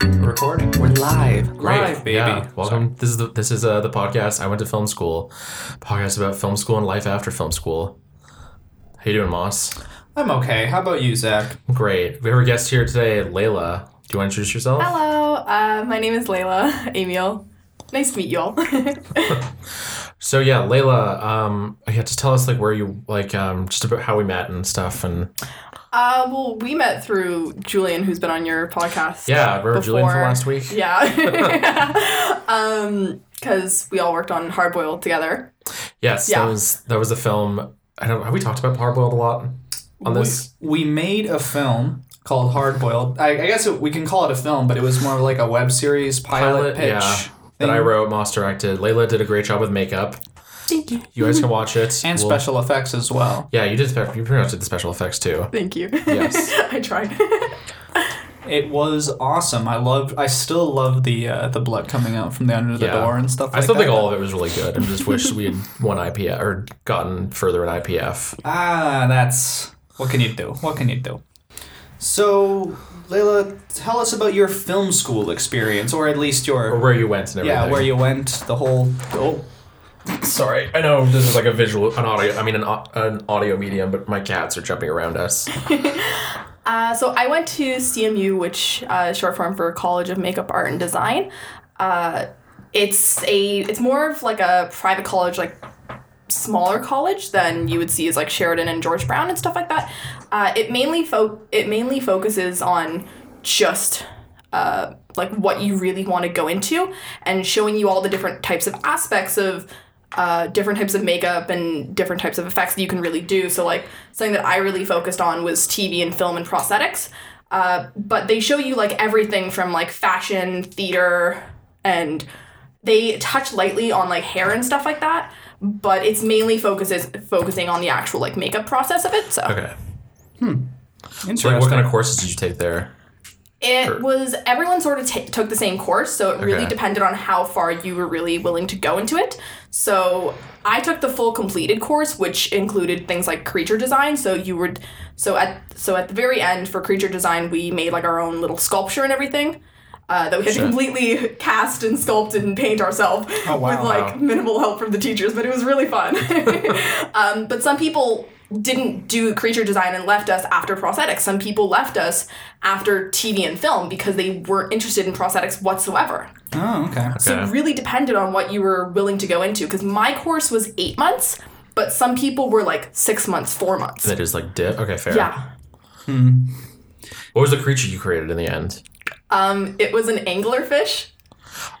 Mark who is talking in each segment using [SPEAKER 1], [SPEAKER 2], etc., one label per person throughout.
[SPEAKER 1] recording.
[SPEAKER 2] We're live,
[SPEAKER 1] Great,
[SPEAKER 2] live, baby.
[SPEAKER 1] yeah.
[SPEAKER 2] Welcome. This is the this is uh, the podcast. I went to film school, podcast about film school and life after film school. How you doing, Moss?
[SPEAKER 1] I'm okay. How about you, Zach?
[SPEAKER 2] Great. We have a guest here today, Layla. Do you want to introduce yourself?
[SPEAKER 3] Hello, uh, my name is Layla Emil. Nice to meet you all. Uh,
[SPEAKER 2] So yeah, Layla. Um, you have to tell us like where you like um just about how we met and stuff and
[SPEAKER 3] uh, well, we met through Julian, w's been on your podcast.
[SPEAKER 2] yeah. Remember Julian from
[SPEAKER 3] Before-
[SPEAKER 2] last week?
[SPEAKER 3] Yeah. um, because we all worked on Hardboiled together.
[SPEAKER 2] Yes.
[SPEAKER 3] Yeah.
[SPEAKER 2] That was that was a film. I don't. Have we talked about Parboiled a lot on this?
[SPEAKER 1] We, we made a film called Hardboiled. I, I guess it, we can call it a film, but it was more of like a web series pilot,
[SPEAKER 2] Pilot,
[SPEAKER 1] pitch.
[SPEAKER 2] yeah,
[SPEAKER 1] thing.
[SPEAKER 2] That I wrote, Moss directed. Layla did a great job with makeup.
[SPEAKER 3] Thank you.
[SPEAKER 2] You guys can watch it.
[SPEAKER 1] and
[SPEAKER 2] We'll-
[SPEAKER 1] special effects as well.
[SPEAKER 2] Yeah, you did. spe- You pretty much did the special effects too.
[SPEAKER 3] Thank you.
[SPEAKER 2] Yes.
[SPEAKER 3] I tried.
[SPEAKER 1] It was awesome. I loved. I still love the uh, the blood coming out from the under the
[SPEAKER 2] Yeah.
[SPEAKER 1] door and stuff.
[SPEAKER 2] I
[SPEAKER 1] like
[SPEAKER 2] still
[SPEAKER 1] that.
[SPEAKER 2] think all of it was really good. I just wish we had won IPF or gotten further in IPF.
[SPEAKER 1] Ah, that's what can you do? What can you do? So, Layla, tell us about your film school experience, or at least
[SPEAKER 2] Or
[SPEAKER 1] your
[SPEAKER 2] where you went and everything.
[SPEAKER 1] yeah, where you went, the whole. Oh,
[SPEAKER 2] Sorry, I know this is like a visual, an audio. I mean, an, au- an audio medium, but my cats are jumping around us.
[SPEAKER 3] Uh, so I went to CMU, which uh, is short form for College of Makeup Art and Design. Uh, it's a it's more of like a private college, like smaller college than you would see as like Sheridan and George Brown and stuff like that. Uh, it mainly fo- it mainly focuses on just uh, like what you really want to go into and showing you all the different types of aspects of uh, different types of makeup and different types of effects that you can really do. So like something that I really focused on was TV and film and prosthetics. Uh, but they show you like everything from like fashion, theater, and they touch lightly on like hair and stuff like that. But it's mainly focuses focusing on the actual like makeup process of it. So
[SPEAKER 2] Okay. So,
[SPEAKER 1] interesting.
[SPEAKER 2] like, what kind of courses did you take there?
[SPEAKER 3] It
[SPEAKER 2] Sure.
[SPEAKER 3] was everyone sort of ta took the same course, so it really
[SPEAKER 2] Okay.
[SPEAKER 3] depended on how far you were really willing to go into it. So I took the full completed course, which included things like creature design. So you would, so at so at the very end for creature design, we made like our own little sculpture and everything. Uh, that we had
[SPEAKER 2] Sure.
[SPEAKER 3] to completely cast and sculpt and paint ourselves
[SPEAKER 1] Oh, wow.
[SPEAKER 3] with
[SPEAKER 2] Wow.
[SPEAKER 3] like minimal help from the teachers, but it was really fun. um, but some people didn't do creature design and left us after prosthetics. Some people left us after TV and film because they weren't interested in prosthetics whatsoever.
[SPEAKER 1] oh, okay.
[SPEAKER 3] So it
[SPEAKER 2] Okay.
[SPEAKER 3] really depended on what you were willing to go into. Because my course was eight months, but some people were like six months, four months.
[SPEAKER 2] That is like dip. Okay, fair.
[SPEAKER 3] Yeah.
[SPEAKER 2] What was the creature you created in the end?
[SPEAKER 3] Um, it was an anglerfish.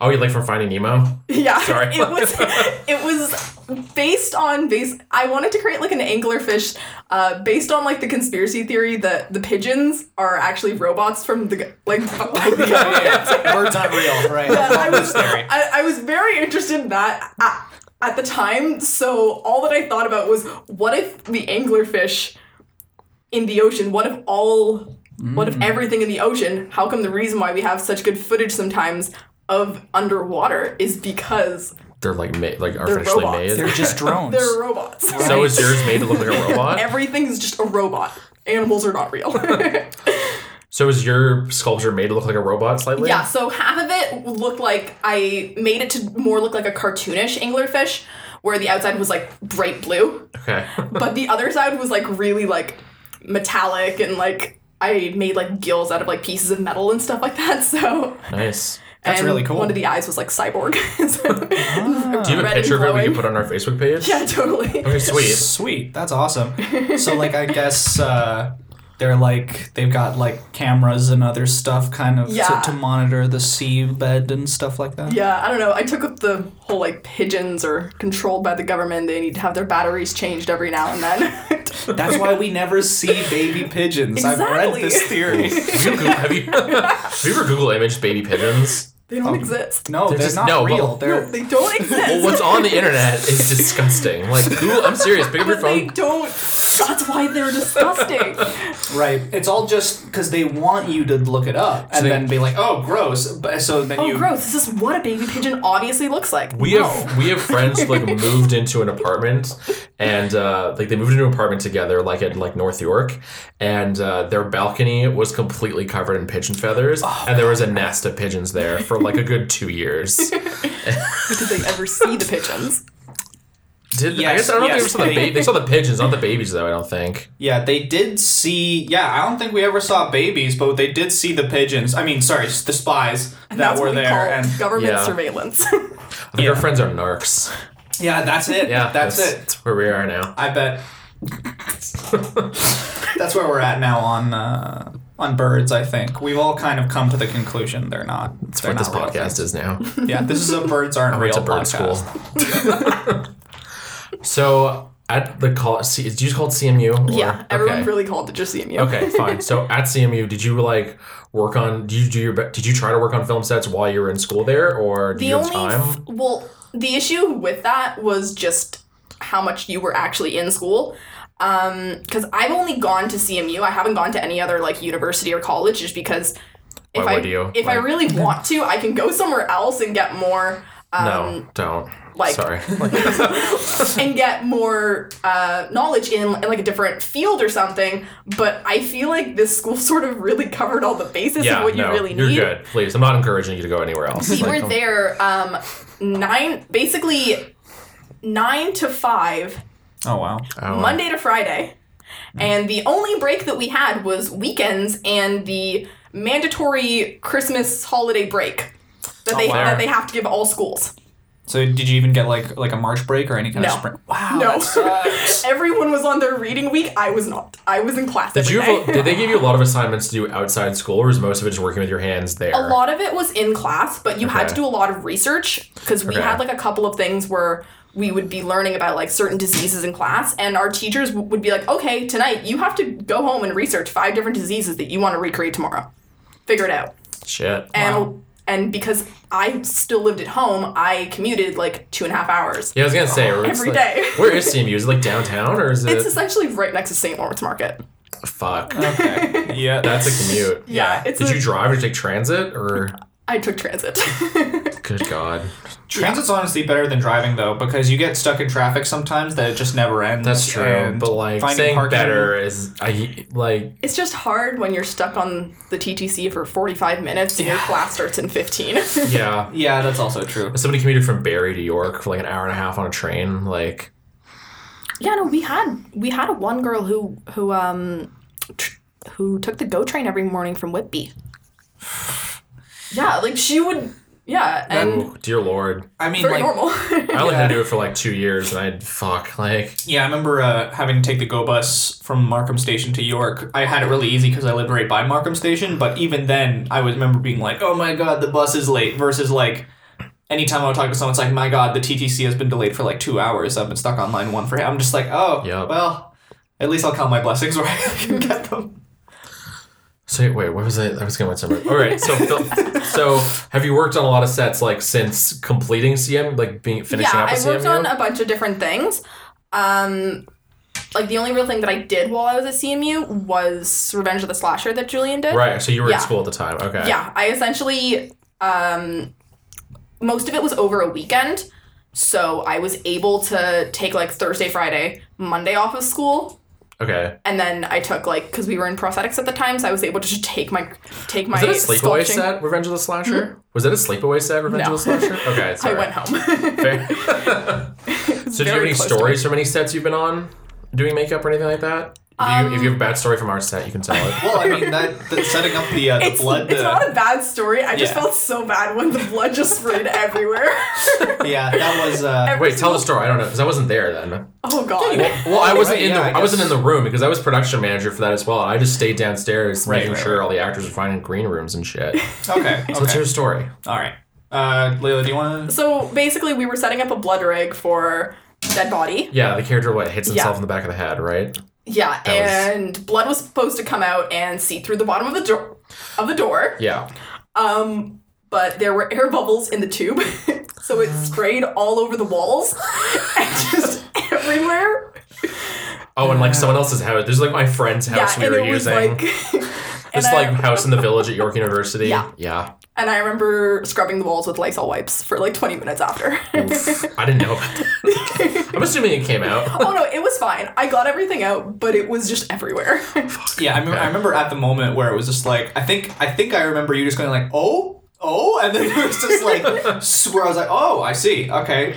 [SPEAKER 2] Oh, you like from Finding Nemo?
[SPEAKER 3] Yeah,
[SPEAKER 2] Sorry.
[SPEAKER 3] it was it was based on base. I wanted to create like an anglerfish, uh, based on like the conspiracy theory that the pigeons are actually robots from the like. like the
[SPEAKER 1] yeah, Birds aren't real, right?
[SPEAKER 3] and I was
[SPEAKER 1] Scary.
[SPEAKER 3] I, I was very interested in that at, at the time. So all that I thought about was what if the anglerfish in the ocean? What if all?
[SPEAKER 1] Mm.
[SPEAKER 3] What if everything in the ocean? How come the reason why we have such good footage sometimes of underwater is because
[SPEAKER 2] They're like made, like artificially
[SPEAKER 3] robots.
[SPEAKER 2] made.
[SPEAKER 1] They're just drones.
[SPEAKER 3] they're robots.
[SPEAKER 2] so is yours made to look like a robot?
[SPEAKER 3] Everything is just a robot. Animals are not real.
[SPEAKER 2] So is your sculpture made to look like a robot slightly?
[SPEAKER 3] yeah, so half of it looked like I made it to more look like a cartoonish anglerfish, where the outside was like bright blue,
[SPEAKER 2] Okay.
[SPEAKER 3] but the other side was like really like metallic and like I made like gills out of like pieces of metal and stuff like that. So
[SPEAKER 2] nice.
[SPEAKER 1] That's
[SPEAKER 3] and
[SPEAKER 1] really cool. Ah.
[SPEAKER 3] One of the eyes was like cyborg. So-
[SPEAKER 2] Do you have a
[SPEAKER 3] Red and
[SPEAKER 2] picture of it we
[SPEAKER 3] glowing.
[SPEAKER 2] can put on our Facebook page?
[SPEAKER 3] yeah, totally.
[SPEAKER 2] Okay, sweet.
[SPEAKER 1] Sweet. That's awesome. So, like, I guess uh, they're like they've got like cameras and other stuff, kind of
[SPEAKER 3] Yeah.
[SPEAKER 1] to, to monitor the sea bed and stuff like that.
[SPEAKER 3] Yeah, I don't know. I took up the whole like pigeons are controlled by the government. They need to have their batteries changed every now and then.
[SPEAKER 1] That's why we never see baby pigeons. I've read
[SPEAKER 3] Exactly.
[SPEAKER 1] this theory.
[SPEAKER 2] Have you, Google, have, you, have you ever Google imaged baby pigeons?
[SPEAKER 3] They don't exist.
[SPEAKER 1] No, they're,
[SPEAKER 2] just-
[SPEAKER 1] not
[SPEAKER 2] no, but-
[SPEAKER 1] real. Um, They're
[SPEAKER 3] They don't
[SPEAKER 2] Well,
[SPEAKER 3] exist.
[SPEAKER 2] what's on the internet is disgusting. Like, Google, I'm serious. Pick up your
[SPEAKER 3] But they
[SPEAKER 2] phone.
[SPEAKER 3] don't. That's why they're disgusting.
[SPEAKER 1] right. It's all just because they want you to look it up and
[SPEAKER 2] they-
[SPEAKER 1] then be like, "Oh, gross." But so then
[SPEAKER 3] oh,
[SPEAKER 1] you
[SPEAKER 3] gross! This is what a baby pigeon obviously looks like.
[SPEAKER 2] We have we have friends who, like moved into an apartment, and uh, like they moved into an apartment together, like at like North York, and uh, their balcony was completely covered in pigeon feathers,
[SPEAKER 1] Oh,
[SPEAKER 2] and there was a nest of pigeons there for like a good two years.
[SPEAKER 3] But did they ever see the pigeons?
[SPEAKER 2] Did I
[SPEAKER 1] Yes,
[SPEAKER 2] guess I don't
[SPEAKER 1] yes,
[SPEAKER 2] think they ever saw the
[SPEAKER 1] they-
[SPEAKER 2] ba- they saw the pigeons, not the babies though. I don't think.
[SPEAKER 1] Yeah, they did see. Yeah, I don't think we ever saw babies, but they did see the pigeons. I mean, sorry, the spies that
[SPEAKER 3] That's
[SPEAKER 1] were
[SPEAKER 3] what we
[SPEAKER 1] there.
[SPEAKER 3] call
[SPEAKER 1] and
[SPEAKER 3] government
[SPEAKER 2] Yeah.
[SPEAKER 3] surveillance.
[SPEAKER 2] I think our
[SPEAKER 1] Yeah.
[SPEAKER 2] friends are narcs.
[SPEAKER 1] yeah, that's it.
[SPEAKER 2] Yeah,
[SPEAKER 1] that's, it.
[SPEAKER 2] That's where we are now.
[SPEAKER 1] I bet. that's where we're at now on uh, on birds. I think we've all kind of come to the conclusion they're not.
[SPEAKER 2] That's
[SPEAKER 1] they're
[SPEAKER 2] what this
[SPEAKER 1] not real
[SPEAKER 2] podcast
[SPEAKER 1] things.
[SPEAKER 2] is now.
[SPEAKER 1] Yeah, this is a birds aren't
[SPEAKER 2] I went
[SPEAKER 1] real
[SPEAKER 2] to bird
[SPEAKER 1] podcast.
[SPEAKER 2] school. so at the call, C, it's just called CMU. or-
[SPEAKER 3] yeah, everyone
[SPEAKER 2] okay.
[SPEAKER 3] really called it just CMU.
[SPEAKER 2] okay, fine. So at CMU, did you like work on? Did you do your? be- Did you try to work on film sets while you were in school there, or did
[SPEAKER 3] The
[SPEAKER 2] you have
[SPEAKER 3] only
[SPEAKER 2] time?
[SPEAKER 3] f- well, the issue with that was just how much you were actually in school. Because I've only gone to CMU. I haven't gone to any other like university or college, just because if
[SPEAKER 2] Why
[SPEAKER 3] I
[SPEAKER 2] would you?
[SPEAKER 3] if I
[SPEAKER 2] Like-
[SPEAKER 3] really want to, I can go somewhere else and get more um,
[SPEAKER 2] no, don't.
[SPEAKER 3] like-
[SPEAKER 2] Sorry.
[SPEAKER 3] and get more uh, knowledge in, in like a different field or something. But I feel like this school sort of really covered all the bases
[SPEAKER 2] yeah,
[SPEAKER 3] of what
[SPEAKER 2] no,
[SPEAKER 3] you really
[SPEAKER 2] you're
[SPEAKER 3] need.
[SPEAKER 2] good. Please, I'm not encouraging you to go anywhere else.
[SPEAKER 3] We
[SPEAKER 2] Like,
[SPEAKER 3] were
[SPEAKER 2] don't-
[SPEAKER 3] there um, nine, basically nine to five,
[SPEAKER 1] Oh wow.
[SPEAKER 2] oh, wow.
[SPEAKER 3] Monday to Friday,
[SPEAKER 2] Mm-hmm.
[SPEAKER 3] and the only break that we had was weekends and the mandatory Christmas holiday break that they
[SPEAKER 2] Oh, wow.
[SPEAKER 3] that they have to give all schools.
[SPEAKER 1] So did you even get like like a March break or any kind
[SPEAKER 3] No.
[SPEAKER 1] of spring? Wow. uh,
[SPEAKER 3] No.
[SPEAKER 1] Oh, that sucks.
[SPEAKER 3] Everyone was on their reading week. I was not. I was in class.
[SPEAKER 2] Did
[SPEAKER 3] every
[SPEAKER 2] you?
[SPEAKER 3] day.
[SPEAKER 2] Have, a- did they give you a lot of assignments to do outside school, or was most of it just working with your hands there?
[SPEAKER 3] a lot of it was in class, but you had
[SPEAKER 2] Okay.
[SPEAKER 3] to do a lot of research because we
[SPEAKER 2] Okay.
[SPEAKER 3] had like a couple of things where we would be learning about like certain diseases in class, and our teachers w- would be like, "Okay, tonight you have to go home and research five different diseases that you want to recreate tomorrow. Figure it out."
[SPEAKER 2] Shit.
[SPEAKER 3] And
[SPEAKER 1] Wow.
[SPEAKER 3] and because I still lived at home, I commuted like two and a half hours.
[SPEAKER 2] Yeah, I was gonna say every day.
[SPEAKER 3] Every day.
[SPEAKER 2] Where is CMU? Is it like downtown or is it?
[SPEAKER 3] It's essentially right next to St. Lawrence Market.
[SPEAKER 2] fuck.
[SPEAKER 1] Okay. Yeah.
[SPEAKER 2] That's a commute.
[SPEAKER 3] Yeah, it's
[SPEAKER 2] Did
[SPEAKER 3] a-
[SPEAKER 2] you drive or did you take transit or?
[SPEAKER 3] I took transit.
[SPEAKER 2] Good God.
[SPEAKER 1] Transit's honestly better than driving though, because you get stuck in traffic sometimes that it just never ends.
[SPEAKER 2] That's true.
[SPEAKER 1] and
[SPEAKER 2] but like
[SPEAKER 1] finding
[SPEAKER 2] saying
[SPEAKER 1] parking-
[SPEAKER 2] better is I like
[SPEAKER 3] it's just hard when you're stuck on the TTC for 45 minutes and your class starts in 15.
[SPEAKER 2] yeah.
[SPEAKER 1] Yeah, that's also true.
[SPEAKER 2] Somebody commuted from Barrie to York for like an hour and a half on a train. Like
[SPEAKER 3] Yeah, no, we had we had a one girl who who um tr- who took the GO train every morning from Whitby. Yeah, like she would. Yeah, and
[SPEAKER 2] oh, dear lord.
[SPEAKER 1] I mean,
[SPEAKER 3] very
[SPEAKER 1] like,
[SPEAKER 3] normal.
[SPEAKER 2] I only had
[SPEAKER 1] Yeah.
[SPEAKER 2] to do it for like two years and I'd fuck like
[SPEAKER 1] yeah, I remember uh, having to take the go bus from Markham Station to York. I had it really easy because I lived right by Markham Station. But even then, I was remember being like, "Oh my god, the bus is late." Versus like, anytime I would talk to someone, it's like, "My god, the TTC has been delayed for like two hours. I've been stuck on line one for." I'm just like, "Oh,
[SPEAKER 2] Yep.
[SPEAKER 1] well, at least I'll count my blessings where I can get them."
[SPEAKER 2] so wait, what was I I was going with somewhere. All right, so Phil- so have you worked on a lot of sets like since completing CM like being finishing
[SPEAKER 3] yeah,
[SPEAKER 2] up with
[SPEAKER 3] I worked
[SPEAKER 2] CMU?
[SPEAKER 3] on a bunch of different things. Um, like the only real thing that I did while I was at CMU was Revenge of the Slasher that Julian did.
[SPEAKER 2] right, so you were
[SPEAKER 3] Yeah.
[SPEAKER 2] at school at the time. Okay.
[SPEAKER 3] Yeah, I essentially um, most of it was over a weekend, so I was able to take like Thursday, Friday, Monday off of school
[SPEAKER 2] Okay.
[SPEAKER 3] and then I took like because we were in prosthetics at the time, so I was able to just take my take my
[SPEAKER 2] Was that a sleepaway
[SPEAKER 3] sculpting-
[SPEAKER 2] set, Revenge of the Slasher? Was that a sleepaway set, Revenge
[SPEAKER 3] Mm-hmm. No.
[SPEAKER 2] of the Slasher? Okay,
[SPEAKER 3] I
[SPEAKER 2] sorry.
[SPEAKER 3] went home.
[SPEAKER 2] Fair. so, do you have
[SPEAKER 3] very
[SPEAKER 2] any
[SPEAKER 3] close to
[SPEAKER 2] stories from any sets you've been on doing makeup or anything like that? If you, if you have a
[SPEAKER 3] Um,
[SPEAKER 2] bad story from our set, you can tell it.
[SPEAKER 1] Well, I mean, that, that setting up the, uh, the
[SPEAKER 3] it's
[SPEAKER 1] blood.
[SPEAKER 3] it's
[SPEAKER 1] uh,
[SPEAKER 3] not a bad story. I just
[SPEAKER 1] Yeah.
[SPEAKER 3] felt so bad when the blood just sprayed everywhere.
[SPEAKER 1] yeah, that was. Uh,
[SPEAKER 2] Wait, tell the story. I don't know because I wasn't there then.
[SPEAKER 3] oh god.
[SPEAKER 2] Well, I wasn't
[SPEAKER 1] Right,
[SPEAKER 2] in the
[SPEAKER 1] yeah, I
[SPEAKER 2] I, wasn't in
[SPEAKER 1] guess.
[SPEAKER 2] the room because I was production manager for that as well. I just stayed downstairs
[SPEAKER 1] Right,
[SPEAKER 2] making
[SPEAKER 1] right,
[SPEAKER 2] sure
[SPEAKER 1] right.
[SPEAKER 2] all the actors were finding green rooms and shit.
[SPEAKER 1] okay.
[SPEAKER 2] What's
[SPEAKER 1] okay.
[SPEAKER 2] your story?
[SPEAKER 1] All right. Uh, Leila, do you want to?
[SPEAKER 3] So basically, we were setting up a blood rig for dead body.
[SPEAKER 2] Yeah, the character what hits himself
[SPEAKER 3] Yeah.
[SPEAKER 2] in the back of the head, right? was-
[SPEAKER 3] Yeah, and blood was supposed to come out and see through the bottom of the door of the door.
[SPEAKER 2] Yeah.
[SPEAKER 3] Um, but there were air bubbles in the tube, so
[SPEAKER 2] Uh-huh.
[SPEAKER 3] it sprayed all over the walls and just everywhere.
[SPEAKER 2] Oh, and like someone else's house. There's like my friend's house
[SPEAKER 3] Uh, yeah,
[SPEAKER 2] we
[SPEAKER 3] and
[SPEAKER 2] were
[SPEAKER 3] it was
[SPEAKER 2] using.
[SPEAKER 3] like, and,
[SPEAKER 2] this
[SPEAKER 3] I,
[SPEAKER 2] like house in the village at York University.
[SPEAKER 3] Yeah.
[SPEAKER 2] Yeah.
[SPEAKER 3] and I remember scrubbing the walls with Lysol wipes for like 20 minutes after.
[SPEAKER 2] Oof. I didn't know about that. I'm assuming it came out.
[SPEAKER 3] oh no, it was fine. I got everything out, but it was just everywhere.
[SPEAKER 1] Yeah, I remember, I remember at the moment where it was just like I think I think I remember you just going like oh oh and then it was just like s- where I was like oh I see okay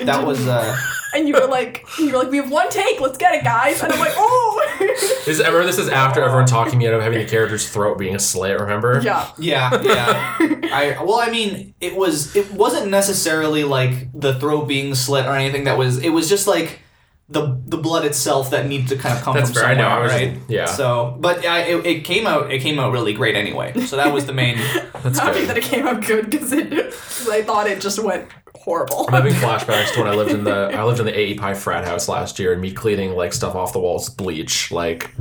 [SPEAKER 1] that was uh
[SPEAKER 3] and you were like, you were like, we have one take. Let's get it, guys. And I'm like, oh.
[SPEAKER 2] This, I remember this is after everyone talking me out of having the character's throat being a slit, remember?
[SPEAKER 3] yeah.
[SPEAKER 1] yeah yeah I well I mean it was it wasn't necessarily like the throat being slit or anything that was it was just like the the blood itself that needed to kind of come
[SPEAKER 2] That's
[SPEAKER 1] from
[SPEAKER 2] fair, I
[SPEAKER 1] somewhere
[SPEAKER 2] know, I was-
[SPEAKER 1] right
[SPEAKER 2] yeah.
[SPEAKER 1] so but I, it, it came out it came out really great anyway so that was the main
[SPEAKER 2] That's
[SPEAKER 3] I'm happy
[SPEAKER 2] good.
[SPEAKER 3] that it came out good because it, 'cause I thought it just went horrible.
[SPEAKER 2] I'm having flashbacks to when I lived in the I lived in the AE Pi frat house last year and me cleaning like stuff off the walls with bleach. Like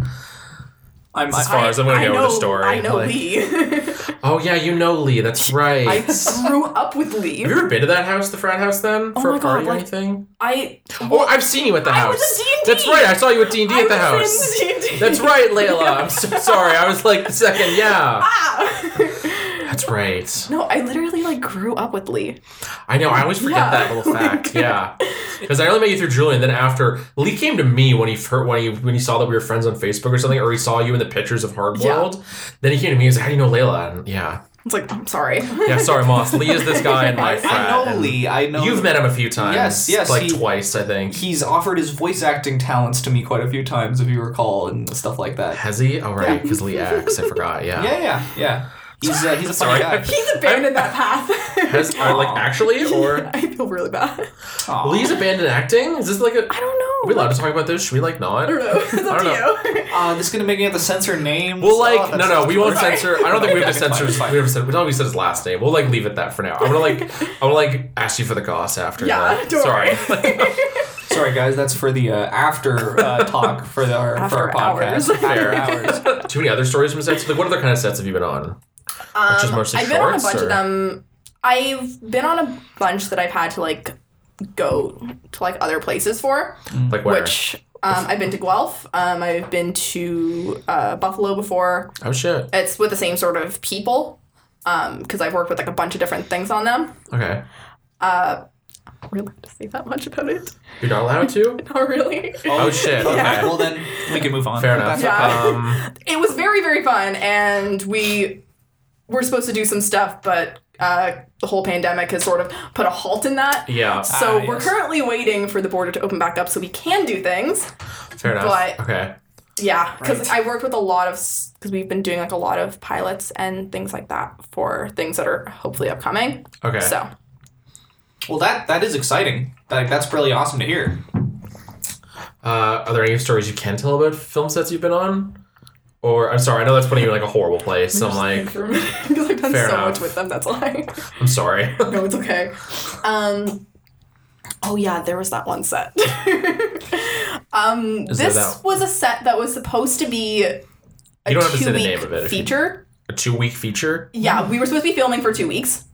[SPEAKER 1] I'm
[SPEAKER 2] As far
[SPEAKER 1] I-
[SPEAKER 2] as I'm gonna
[SPEAKER 3] I
[SPEAKER 2] go
[SPEAKER 3] know,
[SPEAKER 2] with the story.
[SPEAKER 3] I know
[SPEAKER 2] like,
[SPEAKER 3] Lee.
[SPEAKER 2] Oh yeah, you know Lee, that's right.
[SPEAKER 3] I grew up with Lee.
[SPEAKER 2] Have you ever been to that house, the frat house then? for
[SPEAKER 3] Oh my
[SPEAKER 2] a
[SPEAKER 3] God,
[SPEAKER 2] party or
[SPEAKER 3] like-
[SPEAKER 2] anything?
[SPEAKER 3] I
[SPEAKER 2] Oh, I've seen you at the
[SPEAKER 3] I
[SPEAKER 2] house.
[SPEAKER 3] was at D&D.
[SPEAKER 2] That's right, I saw you at D and D
[SPEAKER 3] I
[SPEAKER 2] at the
[SPEAKER 3] was
[SPEAKER 2] house.
[SPEAKER 3] in D&D.
[SPEAKER 2] That's right, Layla. I'm so sorry. I was like the second, yeah.
[SPEAKER 3] Ah.
[SPEAKER 2] That's right.
[SPEAKER 3] no, I literally like grew up with Lee.
[SPEAKER 2] I know. I always forget
[SPEAKER 3] Yeah.
[SPEAKER 2] that little fact. yeah, because I only met you through Julian. Then after Lee came to me when he heard when he when he saw that we were friends on Facebook or something, or he saw you in the pictures of Hard
[SPEAKER 3] Yeah.
[SPEAKER 2] World. Then he came to me. He was like, "How do you know Layla?" And yeah,
[SPEAKER 3] It's like I'm sorry.
[SPEAKER 2] yeah. Sorry, Moss. Lee is this guy in my
[SPEAKER 1] I,
[SPEAKER 2] frat.
[SPEAKER 1] know
[SPEAKER 2] and
[SPEAKER 1] Lee I know
[SPEAKER 2] You've met him a few times.
[SPEAKER 1] Yes, yes,
[SPEAKER 2] Like
[SPEAKER 1] he-
[SPEAKER 2] twice, I think.
[SPEAKER 1] he's offered his voice acting talents to me quite a few times, if you recall, and stuff like that.
[SPEAKER 2] Has he? Oh right, because Lee acts. I forgot. Yeah.
[SPEAKER 1] Yeah, yeah, yeah. He's uh, he's a funny
[SPEAKER 2] Sorry.
[SPEAKER 1] guy.
[SPEAKER 3] He's abandoned that path.
[SPEAKER 2] Has or, like
[SPEAKER 1] Aw.
[SPEAKER 2] actually or
[SPEAKER 3] I feel really bad.
[SPEAKER 1] Aw.
[SPEAKER 2] Lee's abandoned acting? Is this like a?
[SPEAKER 3] I
[SPEAKER 2] Are
[SPEAKER 3] don't know.
[SPEAKER 2] we allowed to talk about this? Should we like not?
[SPEAKER 3] I don't know. It's up
[SPEAKER 2] I don't
[SPEAKER 3] to you.
[SPEAKER 1] Uh, this is gonna make me have to censor names.
[SPEAKER 2] Well,
[SPEAKER 1] Oh,
[SPEAKER 2] like,
[SPEAKER 1] that
[SPEAKER 2] no, no,
[SPEAKER 1] sucks.
[SPEAKER 2] we won't
[SPEAKER 3] Right.
[SPEAKER 2] censor. I don't think we have to
[SPEAKER 1] Okay, fine,
[SPEAKER 2] censor. his-
[SPEAKER 1] fine.
[SPEAKER 2] We have to. We don't we said his last name. We'll like leave it that for now. I'm gonna like. I'm gonna like ask you for the goss after.
[SPEAKER 3] Yeah,
[SPEAKER 2] that.
[SPEAKER 3] don't
[SPEAKER 2] sorry.
[SPEAKER 1] Sorry, guys, that's for the uh, after uh, talk for the, our, for
[SPEAKER 3] After
[SPEAKER 1] our podcast.
[SPEAKER 3] hours.
[SPEAKER 1] After
[SPEAKER 2] Fair.
[SPEAKER 1] hours.
[SPEAKER 2] Too many other stories from sets. Like, what other kind of sets have you been on? Which is mostly
[SPEAKER 3] Um, I've been on a
[SPEAKER 2] shorts,
[SPEAKER 3] bunch
[SPEAKER 2] or-
[SPEAKER 3] of them. I've been on a bunch that I've had to like go to like other places for,
[SPEAKER 2] Like where?
[SPEAKER 3] which um, I've been to Guelph. Um, I've been to uh, Buffalo before.
[SPEAKER 2] oh shit.
[SPEAKER 3] It's with the same sort of people because I've worked with like a bunch of different things on them.
[SPEAKER 2] Okay.
[SPEAKER 3] Really allowed to say that much about it?
[SPEAKER 2] You're not allowed to.
[SPEAKER 3] Not really.
[SPEAKER 2] Oh shit.
[SPEAKER 1] Okay.
[SPEAKER 2] Okay.
[SPEAKER 1] Well, then we can move on.
[SPEAKER 2] Fair enough.
[SPEAKER 1] That's-
[SPEAKER 3] Yeah.
[SPEAKER 2] Um,
[SPEAKER 3] it was very very fun and we were supposed to do some stuff but uh, the whole pandemic has sort of put a halt in that
[SPEAKER 2] yeah.
[SPEAKER 3] so
[SPEAKER 1] Ah,
[SPEAKER 3] we're
[SPEAKER 1] yes.
[SPEAKER 3] currently waiting for the border to open back up so we can do things
[SPEAKER 2] Fair enough.
[SPEAKER 3] but-
[SPEAKER 2] okay.
[SPEAKER 3] yeah because
[SPEAKER 1] Right.
[SPEAKER 3] i worked with a lot of because we've been doing like a lot of pilots and things like that for things that are hopefully upcoming
[SPEAKER 2] Okay.
[SPEAKER 3] so
[SPEAKER 1] Well, that that is exciting. Like, that's really awesome to hear.
[SPEAKER 2] Uh, are there any stories you can tell about film sets you've been on? Or I'm sorry, I know that's putting you in like a horrible place. I'm like,
[SPEAKER 3] because i've done so
[SPEAKER 2] Fair enough.
[SPEAKER 3] much with them that's why
[SPEAKER 2] I'm sorry.
[SPEAKER 3] no it's okay um oh yeah there was that one set um
[SPEAKER 2] Is there
[SPEAKER 3] this
[SPEAKER 2] that-
[SPEAKER 3] was a set that was supposed to be a
[SPEAKER 2] You don't have to say the
[SPEAKER 3] two-week
[SPEAKER 2] name of it if you-
[SPEAKER 3] feature
[SPEAKER 2] a two week feature?
[SPEAKER 3] yeah we were supposed to be filming for two weeks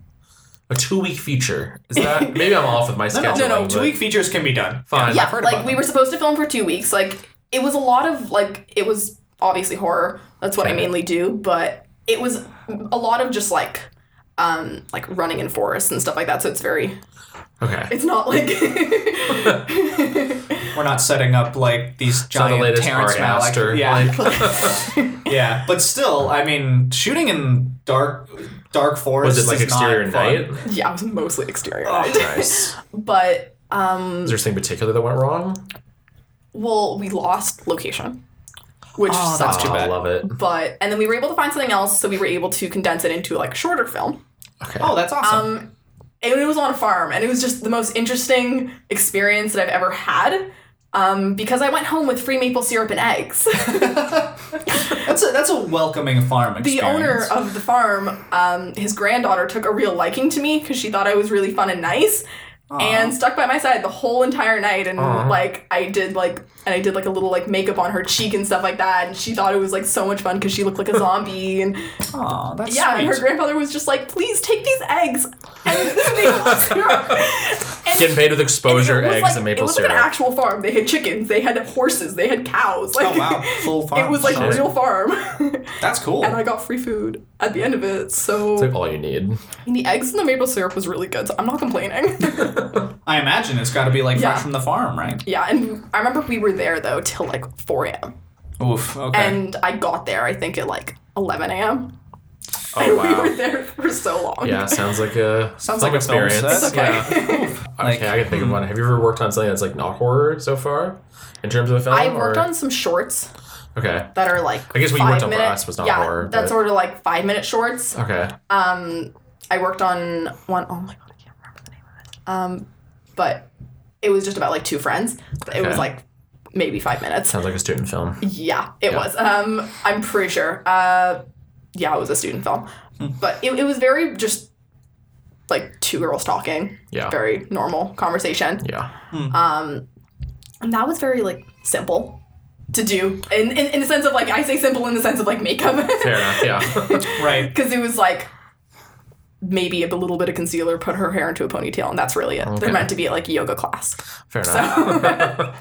[SPEAKER 2] A two week feature? Is that maybe I'm off with my
[SPEAKER 1] No, no,
[SPEAKER 2] schedule?
[SPEAKER 1] no,
[SPEAKER 2] but
[SPEAKER 1] Two week features can be done.
[SPEAKER 2] Fine.
[SPEAKER 3] yeah
[SPEAKER 1] I've heard
[SPEAKER 3] like
[SPEAKER 1] about
[SPEAKER 3] we
[SPEAKER 1] them.
[SPEAKER 3] were supposed to film for two weeks like it was a lot of like it was obviously horror that's what i
[SPEAKER 2] Okay.
[SPEAKER 3] mainly do but it was a lot of just like um like running in forests and stuff like that so it's very
[SPEAKER 2] Okay.
[SPEAKER 3] it's not like
[SPEAKER 1] We're not setting up like these
[SPEAKER 2] not the
[SPEAKER 1] giant
[SPEAKER 2] latest
[SPEAKER 1] Terrence
[SPEAKER 2] Ari
[SPEAKER 1] Malick.
[SPEAKER 2] Aster,
[SPEAKER 1] Yeah,
[SPEAKER 2] like-
[SPEAKER 1] yeah. But still, I mean, shooting in dark, dark forests
[SPEAKER 2] Was it like
[SPEAKER 1] is
[SPEAKER 2] exterior
[SPEAKER 1] not fun.
[SPEAKER 2] night?
[SPEAKER 3] yeah it was mostly exterior
[SPEAKER 1] Oh,
[SPEAKER 2] Nice.
[SPEAKER 3] but um
[SPEAKER 1] Mm.
[SPEAKER 2] Is there something particular that went wrong?
[SPEAKER 3] well, we lost location, which
[SPEAKER 1] Oh, that's
[SPEAKER 3] sucked.
[SPEAKER 1] too
[SPEAKER 2] Oh, I
[SPEAKER 1] bad.
[SPEAKER 2] love it.
[SPEAKER 3] But and then we were able to find something else, so we were able to condense it into like a shorter film.
[SPEAKER 2] Okay.
[SPEAKER 1] Oh, that's awesome.
[SPEAKER 3] Um, and it was on a farm, and it was just the most interesting experience that I've ever had. Um, because I went home with free maple syrup and eggs.
[SPEAKER 1] that's a that's a welcoming farm
[SPEAKER 3] the
[SPEAKER 1] experience.
[SPEAKER 3] owner of the farm, um, his granddaughter took a real liking to me because she thought I was really fun and nice. and stuck by my side the whole entire night and
[SPEAKER 2] Aw.
[SPEAKER 3] like I did like and I did like a little like makeup on her cheek and stuff like that and she thought it was like so much fun because she looked like a zombie and
[SPEAKER 1] Aw, that's
[SPEAKER 3] yeah and her
[SPEAKER 1] sweet.
[SPEAKER 3] grandfather was just like please take these eggs and they and
[SPEAKER 2] Getting paid with exposure,
[SPEAKER 3] it was
[SPEAKER 2] eggs,
[SPEAKER 3] like-
[SPEAKER 2] and maple
[SPEAKER 3] it was
[SPEAKER 2] syrup.
[SPEAKER 3] like an actual farm they had chickens they had horses they had cows like
[SPEAKER 1] oh wow, full farm.
[SPEAKER 3] it was like a
[SPEAKER 1] Shit.
[SPEAKER 3] real farm
[SPEAKER 1] that's cool.
[SPEAKER 3] and I got free food at the end of it.
[SPEAKER 2] it's
[SPEAKER 3] So
[SPEAKER 2] like all you need.
[SPEAKER 3] and the eggs and the maple syrup was really good. So I'm not complaining.
[SPEAKER 1] I imagine it's got to be like
[SPEAKER 3] Yeah.
[SPEAKER 1] fresh from the farm, right?
[SPEAKER 3] yeah, and I remember we were there though till like 4 a.m.
[SPEAKER 1] Oof. Okay.
[SPEAKER 3] And I got there I think at like 11 a.m.
[SPEAKER 2] Oh
[SPEAKER 3] we were
[SPEAKER 2] wow.
[SPEAKER 3] there for so long.
[SPEAKER 2] Yeah, sounds like a
[SPEAKER 1] Sounds like a film
[SPEAKER 2] experience.
[SPEAKER 1] set.
[SPEAKER 3] okay.
[SPEAKER 1] Yeah. Like- hmm.
[SPEAKER 2] okay, I can think of one. Have you ever worked on something that's like not horror so far, in terms of a film?
[SPEAKER 3] I worked
[SPEAKER 2] or-
[SPEAKER 3] on some shorts
[SPEAKER 2] Okay.
[SPEAKER 3] that are like
[SPEAKER 2] I guess what you
[SPEAKER 3] five
[SPEAKER 2] worked on for
[SPEAKER 3] minute-
[SPEAKER 2] us was not
[SPEAKER 3] yeah,
[SPEAKER 2] horror,
[SPEAKER 3] That's
[SPEAKER 2] but-
[SPEAKER 3] sort of like five minute shorts. Um,
[SPEAKER 2] Okay.
[SPEAKER 3] I worked on one oh my god, I can't remember the name of it. Um, but it was just about like two friends. It
[SPEAKER 2] Okay.
[SPEAKER 3] was like maybe five minutes.
[SPEAKER 2] Sounds like a student film.
[SPEAKER 3] Yeah, it was. Um, I'm pretty sure. Uh, yeah, it was a student film,
[SPEAKER 2] Hmm.
[SPEAKER 3] but it, it was very just like two girls talking,
[SPEAKER 2] Yeah.
[SPEAKER 3] very normal conversation,
[SPEAKER 2] Yeah.
[SPEAKER 3] and that was very like simple to do. In, in in the sense of like I say simple in the sense of like makeup,
[SPEAKER 2] Fair enough. Yeah.
[SPEAKER 1] right.
[SPEAKER 3] because it was like maybe a little bit of concealer, put her hair into a ponytail, and that's really it.
[SPEAKER 2] Okay.
[SPEAKER 3] They're meant to be like a yoga class.
[SPEAKER 2] Fair enough.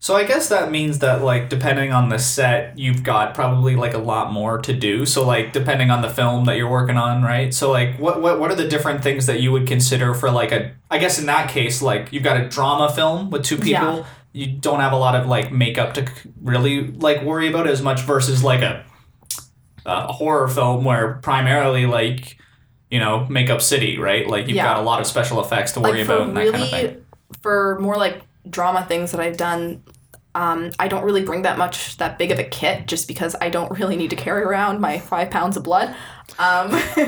[SPEAKER 1] So I guess that means that like depending on the set, you've got probably like a lot more to do. So like depending on the film that you're working on, right? So like what what what are the different things that you would consider for like a I guess in that case like you've got a drama film with two people.
[SPEAKER 3] Yeah.
[SPEAKER 1] You don't have a lot of like makeup to c- really like worry about as much versus like a a horror film where primarily like you know makeup city, right? Like you've
[SPEAKER 3] Yeah.
[SPEAKER 1] got a lot of special effects to worry
[SPEAKER 3] like
[SPEAKER 1] about
[SPEAKER 3] for
[SPEAKER 1] and that
[SPEAKER 3] really
[SPEAKER 1] kind of thing.
[SPEAKER 3] for more like drama things that I've done. Um, I don't really bring that much, that big of a kit, just because I don't really need to carry around my five pounds of blood. Um,
[SPEAKER 1] Fair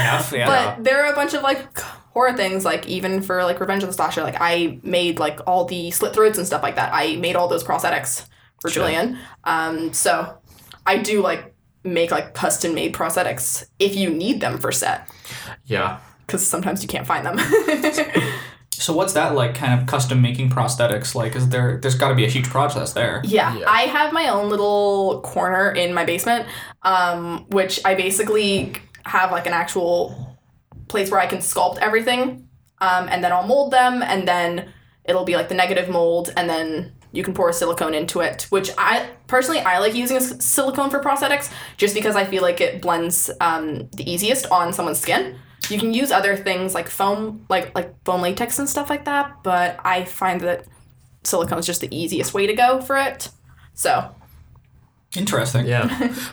[SPEAKER 1] enough. Yeah.
[SPEAKER 3] but there are a bunch of like horror things, like even for like Revenge of the Slasher, like I made like all the slit throats and stuff like that. I made all those prosthetics for Julian. Um, so I do like make like custom made prosthetics if you need them for set,
[SPEAKER 2] Yeah.
[SPEAKER 3] because sometimes you can't find them.
[SPEAKER 1] So what's that like? Kind of custom making prosthetics? Like, is there? There's got to be a huge process there.
[SPEAKER 3] Yeah,
[SPEAKER 2] Yeah.
[SPEAKER 3] I have my own little corner in my basement, um, which I basically have like an actual place where I can sculpt everything, um, and then I'll mold them, and then it'll be like the negative mold, and then you can pour silicone into it. Which I personally I like using s- silicone for prosthetics just because I feel like it blends um, the easiest on someone's skin. You can use other things like foam, like like foam latex and stuff like that, but I find that silicone is just the easiest way to go for it. So
[SPEAKER 1] Interesting.
[SPEAKER 2] Yeah.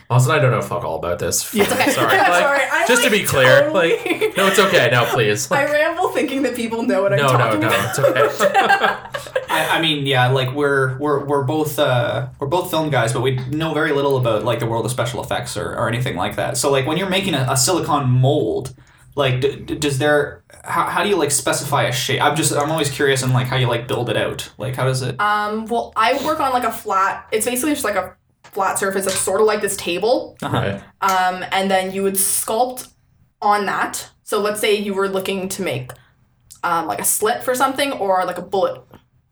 [SPEAKER 2] Melissa and I don't know fuck all about this.
[SPEAKER 3] it's okay.
[SPEAKER 2] Sorry.
[SPEAKER 3] I'm
[SPEAKER 2] Like,
[SPEAKER 3] sorry. I,
[SPEAKER 2] just to
[SPEAKER 3] like,
[SPEAKER 2] be clear,
[SPEAKER 3] totally-
[SPEAKER 2] like, no, it's okay. No, please.
[SPEAKER 3] I ramble thinking that people know what I'm
[SPEAKER 2] no, no,
[SPEAKER 3] talking
[SPEAKER 2] no,
[SPEAKER 3] about.
[SPEAKER 2] it's okay.
[SPEAKER 1] I, I mean, yeah. Like we're we're we're both uh, we're both film guys, but we know very little about like the world of special effects or, or anything like that. So like when you're making a, a silicon mold, like d- d- does there how, how do you like specify a shape? I'm just I'm always curious in like how you like build it out. Like how does it?
[SPEAKER 3] Um, well, I work on like a flat. It's basically just like a flat surface that's sort of like this table,
[SPEAKER 2] Right.
[SPEAKER 3] um, and then you would sculpt on that. So let's say you were looking to make um, like a slit for something or like a bullet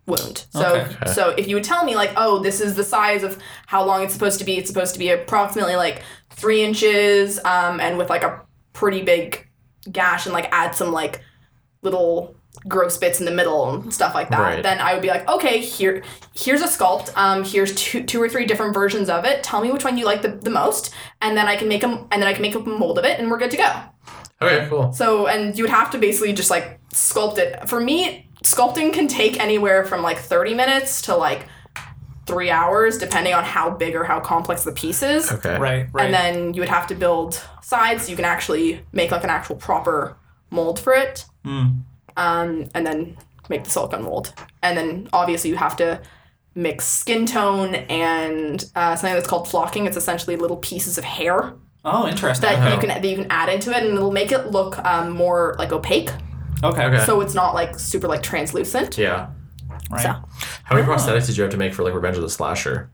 [SPEAKER 3] wound. So
[SPEAKER 1] Okay.
[SPEAKER 2] Okay.
[SPEAKER 3] so if you would tell me like, oh, this is the size of how long it's supposed to be. It's supposed to be approximately like three inches, um, and with like a pretty big gash, and like add some like little gross bits in the middle and stuff like that.
[SPEAKER 2] Right.
[SPEAKER 3] Then I would be like, okay, here, here's a sculpt. Um, here's two, two or three different versions of it. Tell me which one you like the, the most, and then I can make a and then I can make a mold of it, and we're good to go.
[SPEAKER 2] Okay, cool.
[SPEAKER 3] So, and you would have to basically just like sculpt it. For me, sculpting can take anywhere from like 30 minutes to like three hours, depending on how big or how complex the piece is.
[SPEAKER 2] Okay.
[SPEAKER 1] Right. Right.
[SPEAKER 3] And then you would have to build sides so you can actually make like an actual proper mold for it.
[SPEAKER 1] Mm.
[SPEAKER 3] Um, and then make the silicone mold. And then obviously you have to mix skin tone and uh, something that's called flocking. It's essentially little pieces of hair
[SPEAKER 1] oh, interesting.
[SPEAKER 3] that you
[SPEAKER 2] Okay.
[SPEAKER 3] can that you can add into it, and it'll make it look um, more like opaque,
[SPEAKER 1] okay.
[SPEAKER 2] Okay.
[SPEAKER 3] so it's not like super like translucent.
[SPEAKER 2] Yeah.
[SPEAKER 1] Right.
[SPEAKER 3] So
[SPEAKER 2] How
[SPEAKER 3] Oh.
[SPEAKER 2] many prosthetics did you have to make for like Revenge of the Slasher?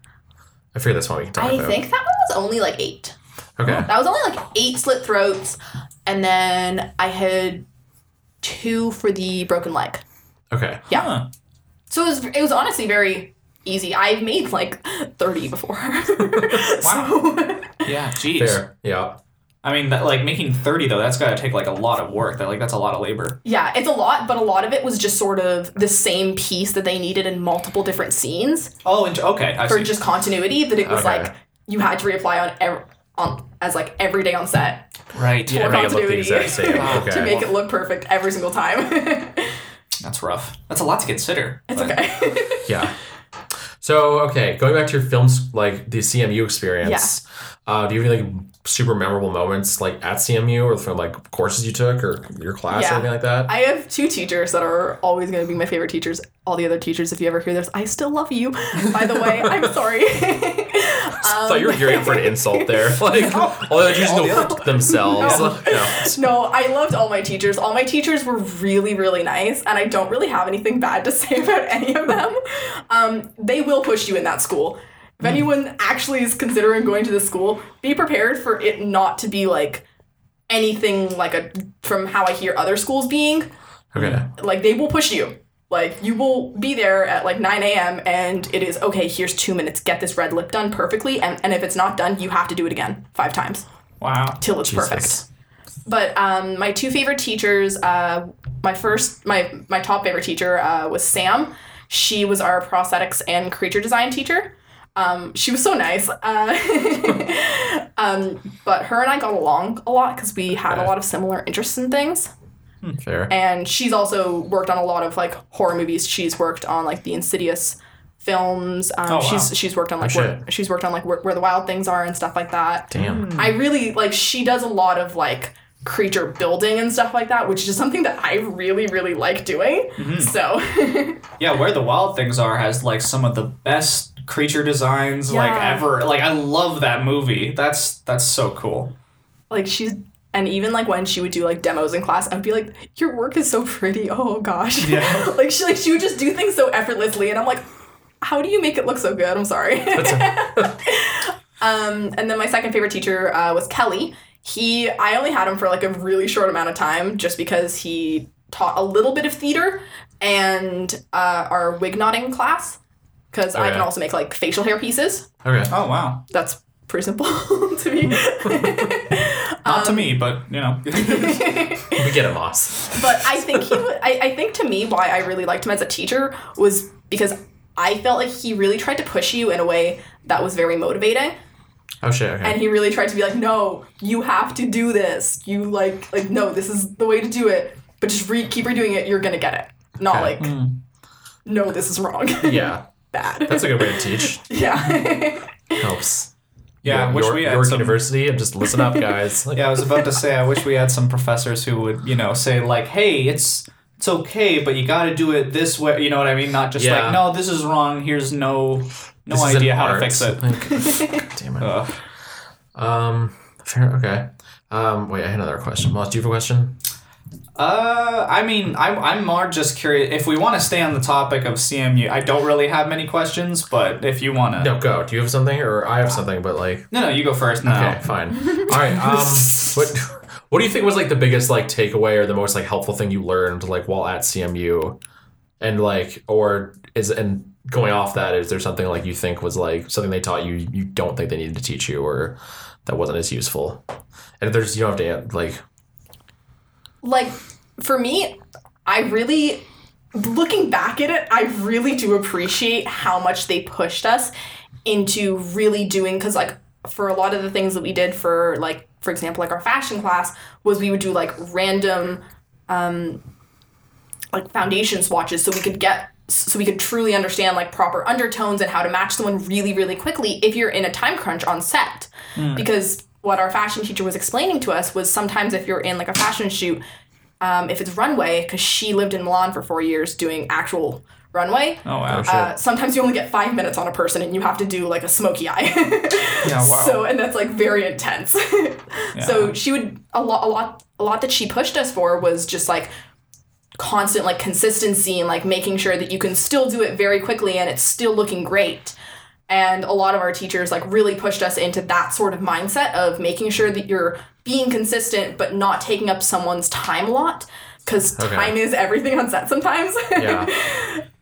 [SPEAKER 2] I figure that's one we can talk
[SPEAKER 3] I
[SPEAKER 2] about.
[SPEAKER 3] think that one was only like eight.
[SPEAKER 2] Okay.
[SPEAKER 3] That was only like eight slit throats, and then I had two for the broken leg.
[SPEAKER 2] Okay.
[SPEAKER 3] Yeah.
[SPEAKER 1] Huh.
[SPEAKER 3] So it was it was honestly very easy. I've made like thirty before. So,
[SPEAKER 1] Yeah. Jeez.
[SPEAKER 2] Fair. Yeah.
[SPEAKER 1] I mean, that, like making thirty though, that's got to take like a lot of work. That like that's a lot of labor.
[SPEAKER 3] yeah, it's a lot, but a lot of it was just sort of the same piece that they needed in multiple different scenes
[SPEAKER 1] Oh, and, okay. I
[SPEAKER 3] for
[SPEAKER 1] see.
[SPEAKER 3] just continuity. That it was
[SPEAKER 2] Okay.
[SPEAKER 3] like you had to reapply on ev- on as like every day on set
[SPEAKER 1] right.
[SPEAKER 2] Yeah, make it look the
[SPEAKER 3] continuity.
[SPEAKER 2] exact same. Okay.
[SPEAKER 3] to make it look perfect every single time.
[SPEAKER 1] That's rough. That's a lot to consider.
[SPEAKER 3] it's
[SPEAKER 1] but-
[SPEAKER 3] okay.
[SPEAKER 2] Yeah. So okay, going back to your films, like the CMU experience. Uh, do you have any like super memorable moments like at CMU or from like courses you took or your class or
[SPEAKER 3] Yeah.
[SPEAKER 2] anything like that?
[SPEAKER 3] I have two teachers that are always going to be my favorite teachers. All the other teachers, if you ever hear this, I still love you. By the way, I'm sorry.
[SPEAKER 2] I thought you were
[SPEAKER 1] Um,
[SPEAKER 2] gearing up for an insult there. Like, all the teachers go f- themselves.
[SPEAKER 3] No.
[SPEAKER 2] No.
[SPEAKER 3] no, I loved all my teachers. All my teachers were really, really nice, and I don't really have anything bad to say about any of them. Um, they will push you in that school. If anyone actually is considering going to the school, be prepared for it not to be like anything like a from how I hear other schools being.
[SPEAKER 2] Okay.
[SPEAKER 3] like they will push you like you will be there at like 9 a.m and it is okay here's two minutes get this red lip done perfectly and, and if it's not done you have to do it again five times
[SPEAKER 1] Wow.
[SPEAKER 3] till it's
[SPEAKER 2] Jesus.
[SPEAKER 3] perfect but um, my two favorite teachers uh, my first my my top favorite teacher uh, was sam she was our prosthetics and creature design teacher um, she was so nice uh, um, but her and i got along a lot because we had a
[SPEAKER 2] Yeah.
[SPEAKER 3] lot of similar interests in things
[SPEAKER 2] Fair.
[SPEAKER 3] and she's also worked on a lot of like horror movies. She's worked on like the Insidious films. Um,
[SPEAKER 1] wow.
[SPEAKER 3] She's she's worked on like
[SPEAKER 2] Oh,
[SPEAKER 3] where,
[SPEAKER 2] shit.
[SPEAKER 3] she's worked on like where, where the wild things are and stuff like that.
[SPEAKER 2] Damn.
[SPEAKER 1] um,
[SPEAKER 3] I really like she does a lot of like creature building and stuff like that, which is something that I really really like doing. So
[SPEAKER 1] Yeah, where the wild things are has like some of the best creature designs like
[SPEAKER 3] Yeah.
[SPEAKER 1] ever. Like I love that movie. That's that's so cool.
[SPEAKER 3] like she's and even like when she would do like demos in class, I'd be like, "Your work is so pretty. Oh gosh."
[SPEAKER 1] Yeah.
[SPEAKER 3] like she like she would just do things so effortlessly, and I'm like, "How do you make it look so good?" I'm sorry. um, and then my second favorite teacher uh, was Kelly. He I only had him for like a really short amount of time, just because he taught a little bit of theater and uh, our wig knotting class, because I
[SPEAKER 2] Okay.
[SPEAKER 3] can also make like facial hair pieces.
[SPEAKER 2] Okay.
[SPEAKER 1] Oh wow.
[SPEAKER 3] That's pretty simple to me.
[SPEAKER 1] Not
[SPEAKER 3] Um,
[SPEAKER 1] to me, but you know.
[SPEAKER 2] We get a moss.
[SPEAKER 3] but I think he, wa- I, I think to me, why I really liked him as a teacher was because I felt like he really tried to push you in a way that was very motivating,
[SPEAKER 2] Oh shit. Okay.
[SPEAKER 3] and he really tried to be like, no, you have to do this. You like, like, no, this is the way to do it. But just re- keep redoing it. You're gonna get it. Not
[SPEAKER 2] Okay. Hmm.
[SPEAKER 3] like, no, this is wrong.
[SPEAKER 2] yeah.
[SPEAKER 3] Bad.
[SPEAKER 2] That's a good way to teach.
[SPEAKER 3] yeah.
[SPEAKER 2] Helps.
[SPEAKER 1] yeah, I
[SPEAKER 2] York,
[SPEAKER 1] wish
[SPEAKER 2] York,
[SPEAKER 1] we had
[SPEAKER 2] York
[SPEAKER 1] some
[SPEAKER 2] University. I'm just listen up, guys. Like,
[SPEAKER 1] Yeah, I was about to say I wish we had some professors who would, you know, say like, "Hey, it's it's okay, but you got to do it this way." You know what I mean? Not just
[SPEAKER 2] Yeah.
[SPEAKER 1] like, "No, this is wrong. Here's no no
[SPEAKER 2] this is an
[SPEAKER 1] idea how
[SPEAKER 2] art.
[SPEAKER 1] to fix it." Uh.
[SPEAKER 2] Like, God damn it.
[SPEAKER 1] Ugh.
[SPEAKER 2] Um. Fair. Okay. Um. Wait. I had another question. Moss, do you have a question?
[SPEAKER 1] Uh, I mean, I'm, I'm more just curious. If we want to stay on the topic of CMU, I don't really have many questions, but if you want to.
[SPEAKER 2] No. Go. Do you have something, or I have something, but like.
[SPEAKER 1] No, no, you go first now.
[SPEAKER 2] Okay, Oh, fine. All right. Um, what What do you think was like the biggest like takeaway or the most like helpful thing you learned like while at CMU, and like or is and going off that is there something like you think was like something they taught you you don't think they needed to teach you or that wasn't as useful, and if there's you don't have to like
[SPEAKER 3] like for me i really looking back at it i really do appreciate how much they pushed us into really doing because like for a lot of the things that we did for like for example like our fashion class was we would do like random um like foundation swatches so we could get so we could truly understand like proper undertones and how to match someone really really quickly if you're in a time crunch on set because what our fashion teacher was explaining to us was sometimes if you're in like a fashion shoot um, if it's runway because she lived in milan for four years doing actual runway
[SPEAKER 1] Oh, wow.
[SPEAKER 2] shit.
[SPEAKER 3] uh, sometimes you only get five minutes on a person and you have to do like a smoky eye.
[SPEAKER 1] Yeah, wow.
[SPEAKER 3] So and that's like very intense. So she would a lot a lot a lot that she pushed us for was just like constant like consistency and like making sure that you can still do it very quickly and it's still looking great. And a lot of our teachers like really pushed us into that sort of mindset of making sure that you're being consistent but not taking up someone's time a lot because
[SPEAKER 2] Okay.
[SPEAKER 3] time is everything on set sometimes.
[SPEAKER 2] Yeah.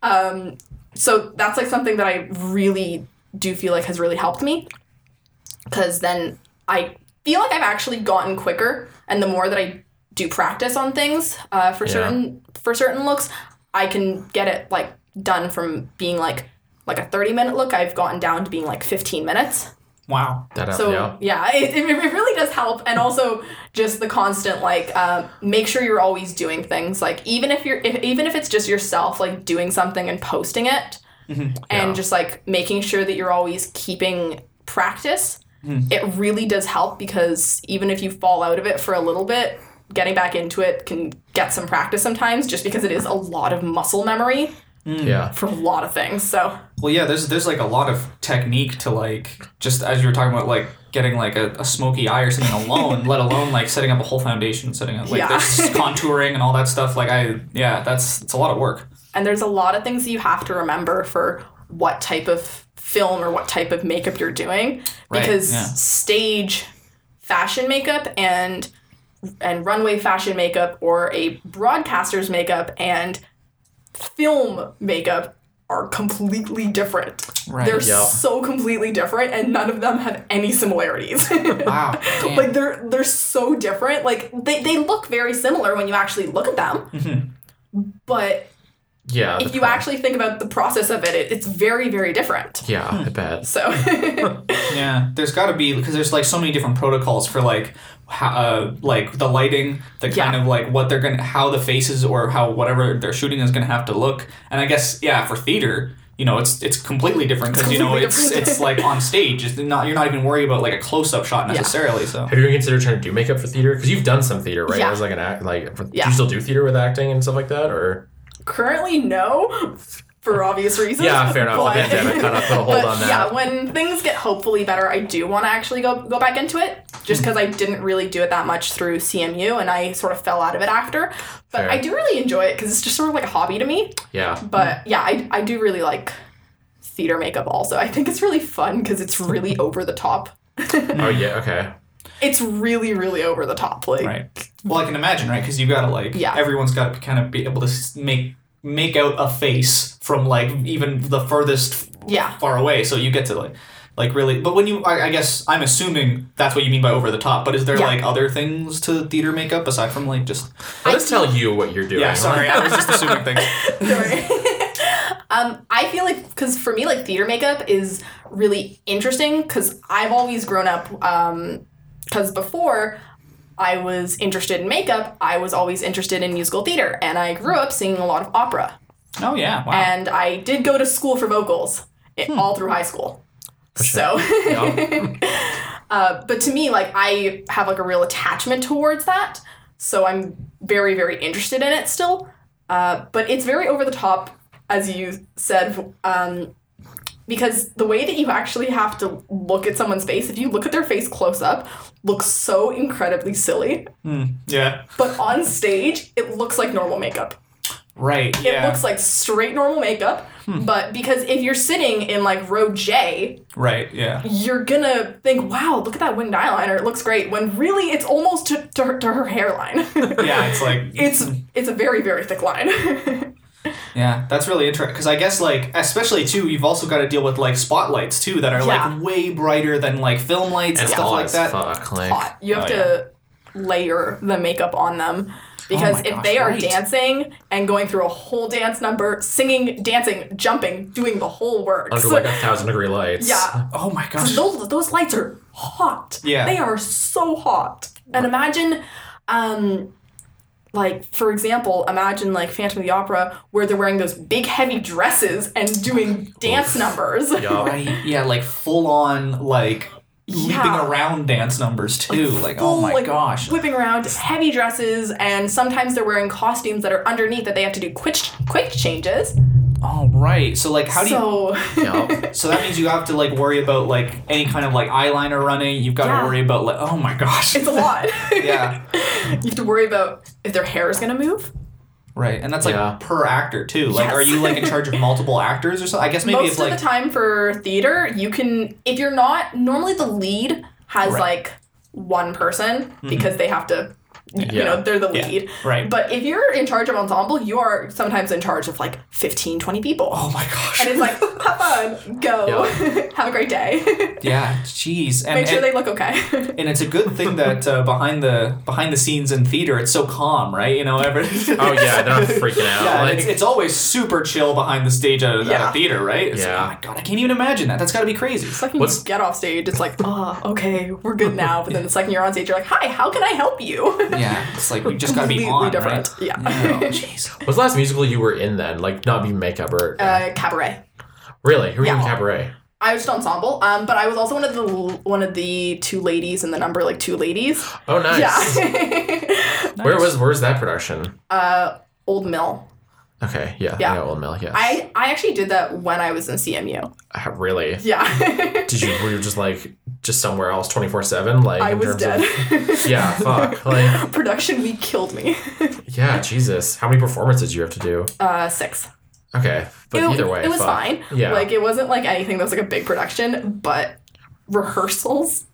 [SPEAKER 3] um, so that's like something that I really do feel like has really helped me because then I feel like I've actually gotten quicker, and the more that I do practice on things uh, for
[SPEAKER 2] Yeah.
[SPEAKER 3] certain for certain looks, I can get it like done from being like like a 30 minute look i've gotten down to being like 15 minutes
[SPEAKER 1] Wow.
[SPEAKER 2] That
[SPEAKER 3] so
[SPEAKER 2] yeah.
[SPEAKER 3] yeah, it, it, it really does help, and also just the constant like um, make sure you're always doing things like even if you're if, even if it's just yourself like doing something and posting it, and
[SPEAKER 2] Yeah.
[SPEAKER 3] just like making sure that you're always keeping practice. It really does help because even if you fall out of it for a little bit, getting back into it can get some practice sometimes. Just because it is a lot of muscle memory mm.
[SPEAKER 2] Yeah.
[SPEAKER 3] for a lot of things, so
[SPEAKER 1] Well, yeah, there's there's like a lot of technique to like just as you were talking about like getting like a, a smoky eye or something alone, let alone like setting up a whole foundation, setting up like
[SPEAKER 3] Yeah.
[SPEAKER 1] there's contouring and all that stuff. Like I yeah, that's it's a lot of work.
[SPEAKER 3] and there's a lot of things that you have to remember for what type of film or what type of makeup you're doing
[SPEAKER 1] Right,
[SPEAKER 3] because
[SPEAKER 1] yeah.
[SPEAKER 3] stage fashion makeup and and runway fashion makeup or a broadcaster's makeup and film makeup are completely different.
[SPEAKER 1] Right.
[SPEAKER 3] They're
[SPEAKER 2] yeah.
[SPEAKER 3] so completely different and none of them have any similarities.
[SPEAKER 1] Wow. damn.
[SPEAKER 3] like they're they're so different. Like they, they look very similar when you actually look at them.
[SPEAKER 1] Mm-hmm.
[SPEAKER 3] But
[SPEAKER 2] Yeah.
[SPEAKER 3] if
[SPEAKER 2] the
[SPEAKER 3] you
[SPEAKER 2] pro-
[SPEAKER 3] actually think about the process of it, it it's very, very different.
[SPEAKER 2] Yeah, I bet.
[SPEAKER 3] So,
[SPEAKER 1] Yeah, there's got to be because there's like so many different protocols for like how, uh, like the lighting, the kind
[SPEAKER 3] Yeah.
[SPEAKER 1] of like what they're gonna, how the faces or how whatever they're shooting is gonna have to look. And I guess yeah, for theater, you know, it's it's completely different because you know
[SPEAKER 3] Completely
[SPEAKER 1] it's
[SPEAKER 3] different.
[SPEAKER 1] it's like on stage. It's not you're not even worried about like a close up shot necessarily. So
[SPEAKER 2] Have you ever considered trying to do makeup for theater? Because you've done some theater, right?
[SPEAKER 3] Yeah.
[SPEAKER 2] As like an act, like for, do
[SPEAKER 3] Yeah.
[SPEAKER 2] you still do theater with acting and stuff like that, or
[SPEAKER 3] currently, no, for obvious reasons.
[SPEAKER 2] Yeah, fair enough. The
[SPEAKER 3] But-
[SPEAKER 2] pandemic kinda put a hold
[SPEAKER 3] but
[SPEAKER 2] on that.
[SPEAKER 3] Yeah, when things get hopefully better, I do want to actually go go back into it,
[SPEAKER 2] Mm-hmm.
[SPEAKER 3] just because I didn't really do it that much through CMU, and I sort of fell out of it after. But
[SPEAKER 2] Fair.
[SPEAKER 3] I do really enjoy it because it's just sort of like a hobby to me.
[SPEAKER 2] yeah,
[SPEAKER 3] But yeah, I I do really like theater makeup. Also, I think it's really fun because it's really over the top.
[SPEAKER 2] oh yeah, okay,
[SPEAKER 3] It's really, really over the top. Like,
[SPEAKER 1] right, well I can imagine right because you gotta like
[SPEAKER 3] Yeah.
[SPEAKER 1] everyone's got to kind of be able to s- make make out a face from like even the furthest
[SPEAKER 3] yeah.
[SPEAKER 1] far away, so you get to like like really but when you I, I guess I'm assuming that's what you mean by over the top, but is there
[SPEAKER 3] Yeah.
[SPEAKER 1] like other things to theater makeup aside from like just
[SPEAKER 2] let us tell you what you're doing.
[SPEAKER 1] Yeah, sorry, I was just assuming things.
[SPEAKER 3] Sorry. um, I feel like because for me, like theater makeup is really interesting because I've always grown up. Because before I was interested in makeup, I was always interested in musical theater, and I grew up singing a lot of opera.
[SPEAKER 1] Oh yeah, wow.
[SPEAKER 3] And I did go to school for vocals i- all through high school. So,
[SPEAKER 2] Yeah.
[SPEAKER 3] uh, but to me, like I have like a real attachment towards that, so I'm very, very interested in it still. Uh, but it's very over the top, as you said, um, because the way that you actually have to look at someone's face, if you look at their face close up, looks so incredibly silly.
[SPEAKER 1] yeah.
[SPEAKER 3] But on stage, it looks like normal makeup.
[SPEAKER 1] Right.
[SPEAKER 3] It
[SPEAKER 1] yeah. Hmm.
[SPEAKER 3] looks like straight normal makeup. But because if you're sitting in like row J,
[SPEAKER 1] right, yeah.
[SPEAKER 3] you're gonna think, wow, look at that winged eyeliner, it looks great. When really, it's almost to, to, her, to her hairline.
[SPEAKER 1] Yeah, it's like
[SPEAKER 3] it's it's a very very thick line.
[SPEAKER 1] yeah, that's really interesting cuz I guess like especially too you've also got to deal with like spotlights too that are
[SPEAKER 3] Yeah.
[SPEAKER 1] like way brighter than like film lights and
[SPEAKER 2] it's
[SPEAKER 1] stuff
[SPEAKER 2] hot
[SPEAKER 1] like
[SPEAKER 2] as
[SPEAKER 1] that.
[SPEAKER 2] Fuck, like,
[SPEAKER 3] Hot. You have
[SPEAKER 1] Oh,
[SPEAKER 3] to layer the makeup on them because
[SPEAKER 1] Oh my
[SPEAKER 3] if
[SPEAKER 1] gosh,
[SPEAKER 3] they are
[SPEAKER 1] right.
[SPEAKER 3] dancing and going through a whole dance number, singing, dancing, jumping, doing the whole works.
[SPEAKER 2] under like a thousand degree lights.
[SPEAKER 3] yeah.
[SPEAKER 1] Oh my gosh.
[SPEAKER 3] Those, those lights are hot.
[SPEAKER 1] Yeah.
[SPEAKER 3] They are so hot. And imagine, um, like, for example, imagine, like, Phantom of the Opera, where they're wearing those big, heavy dresses and doing dance numbers.
[SPEAKER 2] Yeah.
[SPEAKER 1] Right. Yeah, like full on like leaping
[SPEAKER 3] Yeah.
[SPEAKER 1] around dance numbers too. Like oh
[SPEAKER 3] full,
[SPEAKER 1] my
[SPEAKER 3] like,
[SPEAKER 1] gosh.
[SPEAKER 3] Whipping around heavy dresses, and sometimes they're wearing costumes that are underneath that they have to do quick quick changes.
[SPEAKER 1] All Oh, right. So like how do you
[SPEAKER 3] so,
[SPEAKER 2] Yeah.
[SPEAKER 1] So that means you have to like worry about like any kind of like eyeliner running. You've got to
[SPEAKER 3] Yeah.
[SPEAKER 1] worry about like oh my gosh.
[SPEAKER 3] it's a lot.
[SPEAKER 1] yeah.
[SPEAKER 3] You have to worry about if their hair is going to move.
[SPEAKER 1] Right. And that's like
[SPEAKER 2] Yeah.
[SPEAKER 1] per actor too. Like are you like in charge of multiple actors or something? I guess maybe
[SPEAKER 3] most
[SPEAKER 1] it's
[SPEAKER 3] of
[SPEAKER 1] like
[SPEAKER 3] the time for theater you can if you're not normally the lead
[SPEAKER 1] Right.
[SPEAKER 3] has
[SPEAKER 1] Mm-hmm.
[SPEAKER 3] like one person because they have to you
[SPEAKER 2] Yeah.
[SPEAKER 3] know they're the
[SPEAKER 1] Yeah.
[SPEAKER 3] lead
[SPEAKER 1] Right.
[SPEAKER 3] but if you're in charge of ensemble you are sometimes in charge of like 15 20 people
[SPEAKER 1] Oh my gosh.
[SPEAKER 3] and it's like have fun go have a great day
[SPEAKER 1] yeah, jeez. And,
[SPEAKER 3] make sure
[SPEAKER 1] and-
[SPEAKER 3] they look okay
[SPEAKER 1] and it's a good thing that uh, behind the behind the scenes in theater, it's so calm, right? You know, every
[SPEAKER 2] Oh yeah, they're not freaking out.
[SPEAKER 1] Yeah, and
[SPEAKER 2] like,
[SPEAKER 1] it's, it's always super chill behind the stage at a, at a
[SPEAKER 3] Yeah.
[SPEAKER 1] theater, right? It's
[SPEAKER 2] Yeah.
[SPEAKER 1] Like, oh my god, I can't even imagine that. That's got to be crazy.
[SPEAKER 3] The second
[SPEAKER 2] What's-
[SPEAKER 3] you get off stage, it's like, oh, okay, we're good now. But then the second you're on stage, you're like, hi, how can I help you?
[SPEAKER 1] yeah, it's like we just got to be
[SPEAKER 3] Completely
[SPEAKER 1] on,
[SPEAKER 3] different.
[SPEAKER 1] right?
[SPEAKER 3] Yeah.
[SPEAKER 1] Oh, jeez.
[SPEAKER 2] what's the last musical you were in then? Like not being makeup or
[SPEAKER 3] Uh, cabaret.
[SPEAKER 2] really? Who were you in
[SPEAKER 3] yeah.
[SPEAKER 2] cabaret?
[SPEAKER 3] I was just ensemble, um, but I was also one of the one of the two ladies in the number, like two ladies.
[SPEAKER 2] Oh nice.
[SPEAKER 3] Yeah.
[SPEAKER 2] Where was where's that production?
[SPEAKER 3] uh, Old Mill.
[SPEAKER 2] Okay, yeah,
[SPEAKER 3] Yeah.
[SPEAKER 2] yeah, Old Mill. Yes.
[SPEAKER 3] I I actually did that when I was in CMU.
[SPEAKER 2] Uh, really?
[SPEAKER 3] Yeah.
[SPEAKER 2] Did you were you just like just somewhere else twenty four seven? Like
[SPEAKER 3] I
[SPEAKER 2] in
[SPEAKER 3] was
[SPEAKER 2] terms
[SPEAKER 3] dead.
[SPEAKER 2] Of, yeah, fuck. Like
[SPEAKER 3] Production week killed me.
[SPEAKER 2] yeah, Jesus. How many performances do you have to do?
[SPEAKER 3] Uh, six.
[SPEAKER 2] Okay, but
[SPEAKER 3] it,
[SPEAKER 2] either way,
[SPEAKER 3] it was
[SPEAKER 2] fuck.
[SPEAKER 3] fine.
[SPEAKER 2] Yeah.
[SPEAKER 3] Like it wasn't like anything that was like a big production, but rehearsals,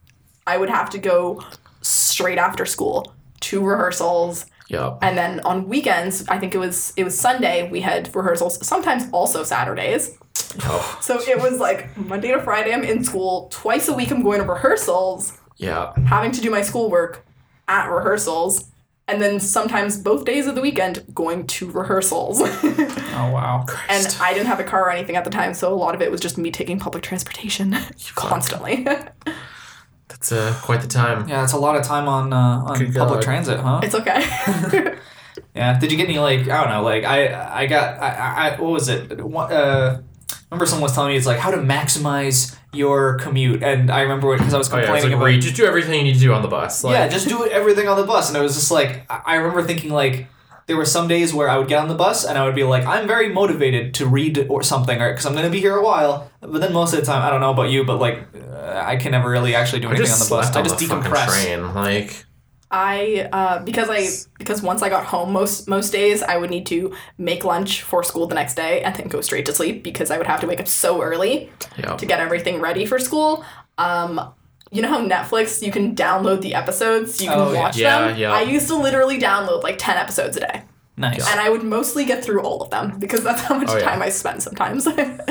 [SPEAKER 3] I would have to go straight after school to rehearsals,
[SPEAKER 2] Yup.
[SPEAKER 3] and then on weekends, I think it was it was Sunday we had rehearsals. Sometimes also Saturdays.
[SPEAKER 2] Oh,
[SPEAKER 3] So it was like Monday to Friday I'm in school. Twice a week I'm going to rehearsals,
[SPEAKER 2] yeah.
[SPEAKER 3] having to do my schoolwork at rehearsals. And then sometimes both days of the weekend going to rehearsals.
[SPEAKER 1] Oh wow.
[SPEAKER 3] And I didn't have a car or anything at the time, so a lot of it was just me taking public transportation constantly.
[SPEAKER 2] That's uh, quite the time.
[SPEAKER 1] Yeah, that's a lot of time on uh, on
[SPEAKER 2] Good
[SPEAKER 1] public
[SPEAKER 2] God.
[SPEAKER 1] transit, huh?
[SPEAKER 3] it's okay.
[SPEAKER 1] Yeah. Did you get any like I don't know like I I got I, I what was it? What, uh, remember someone was telling me it's like how to maximize your commute, and I remember because I was
[SPEAKER 2] Oh yeah, it's
[SPEAKER 1] complaining
[SPEAKER 2] like
[SPEAKER 1] about
[SPEAKER 2] where you just do everything you need to do on the bus. Like,
[SPEAKER 1] yeah, just do it- everything on the bus, and it was just like I I remember thinking like. There were some days where I would get on the bus and I would be like, I'm very motivated to read or something, or because I'm gonna be here a while. But then most of the time, I don't know about you, but like, uh, I can never really actually do
[SPEAKER 2] I
[SPEAKER 1] anything on
[SPEAKER 2] just
[SPEAKER 1] the bus.
[SPEAKER 2] slept
[SPEAKER 1] I
[SPEAKER 2] on
[SPEAKER 1] just
[SPEAKER 2] the fucking
[SPEAKER 1] decompress.
[SPEAKER 2] train. Like
[SPEAKER 3] I uh, because I because once I got home most most days I would need to make lunch for school the next day and then go straight to sleep because I would have to wake up so early
[SPEAKER 2] yeah.
[SPEAKER 3] to get everything ready for school. Um, you know how Netflix you can download the episodes, you can
[SPEAKER 1] Oh, yeah.
[SPEAKER 3] watch
[SPEAKER 2] Yeah,
[SPEAKER 3] them.
[SPEAKER 2] yeah.
[SPEAKER 3] I used to literally download like ten episodes a day,
[SPEAKER 1] Nice.
[SPEAKER 3] and I would mostly get through all of them because that's how much
[SPEAKER 2] Oh, yeah.
[SPEAKER 3] time I spend sometimes.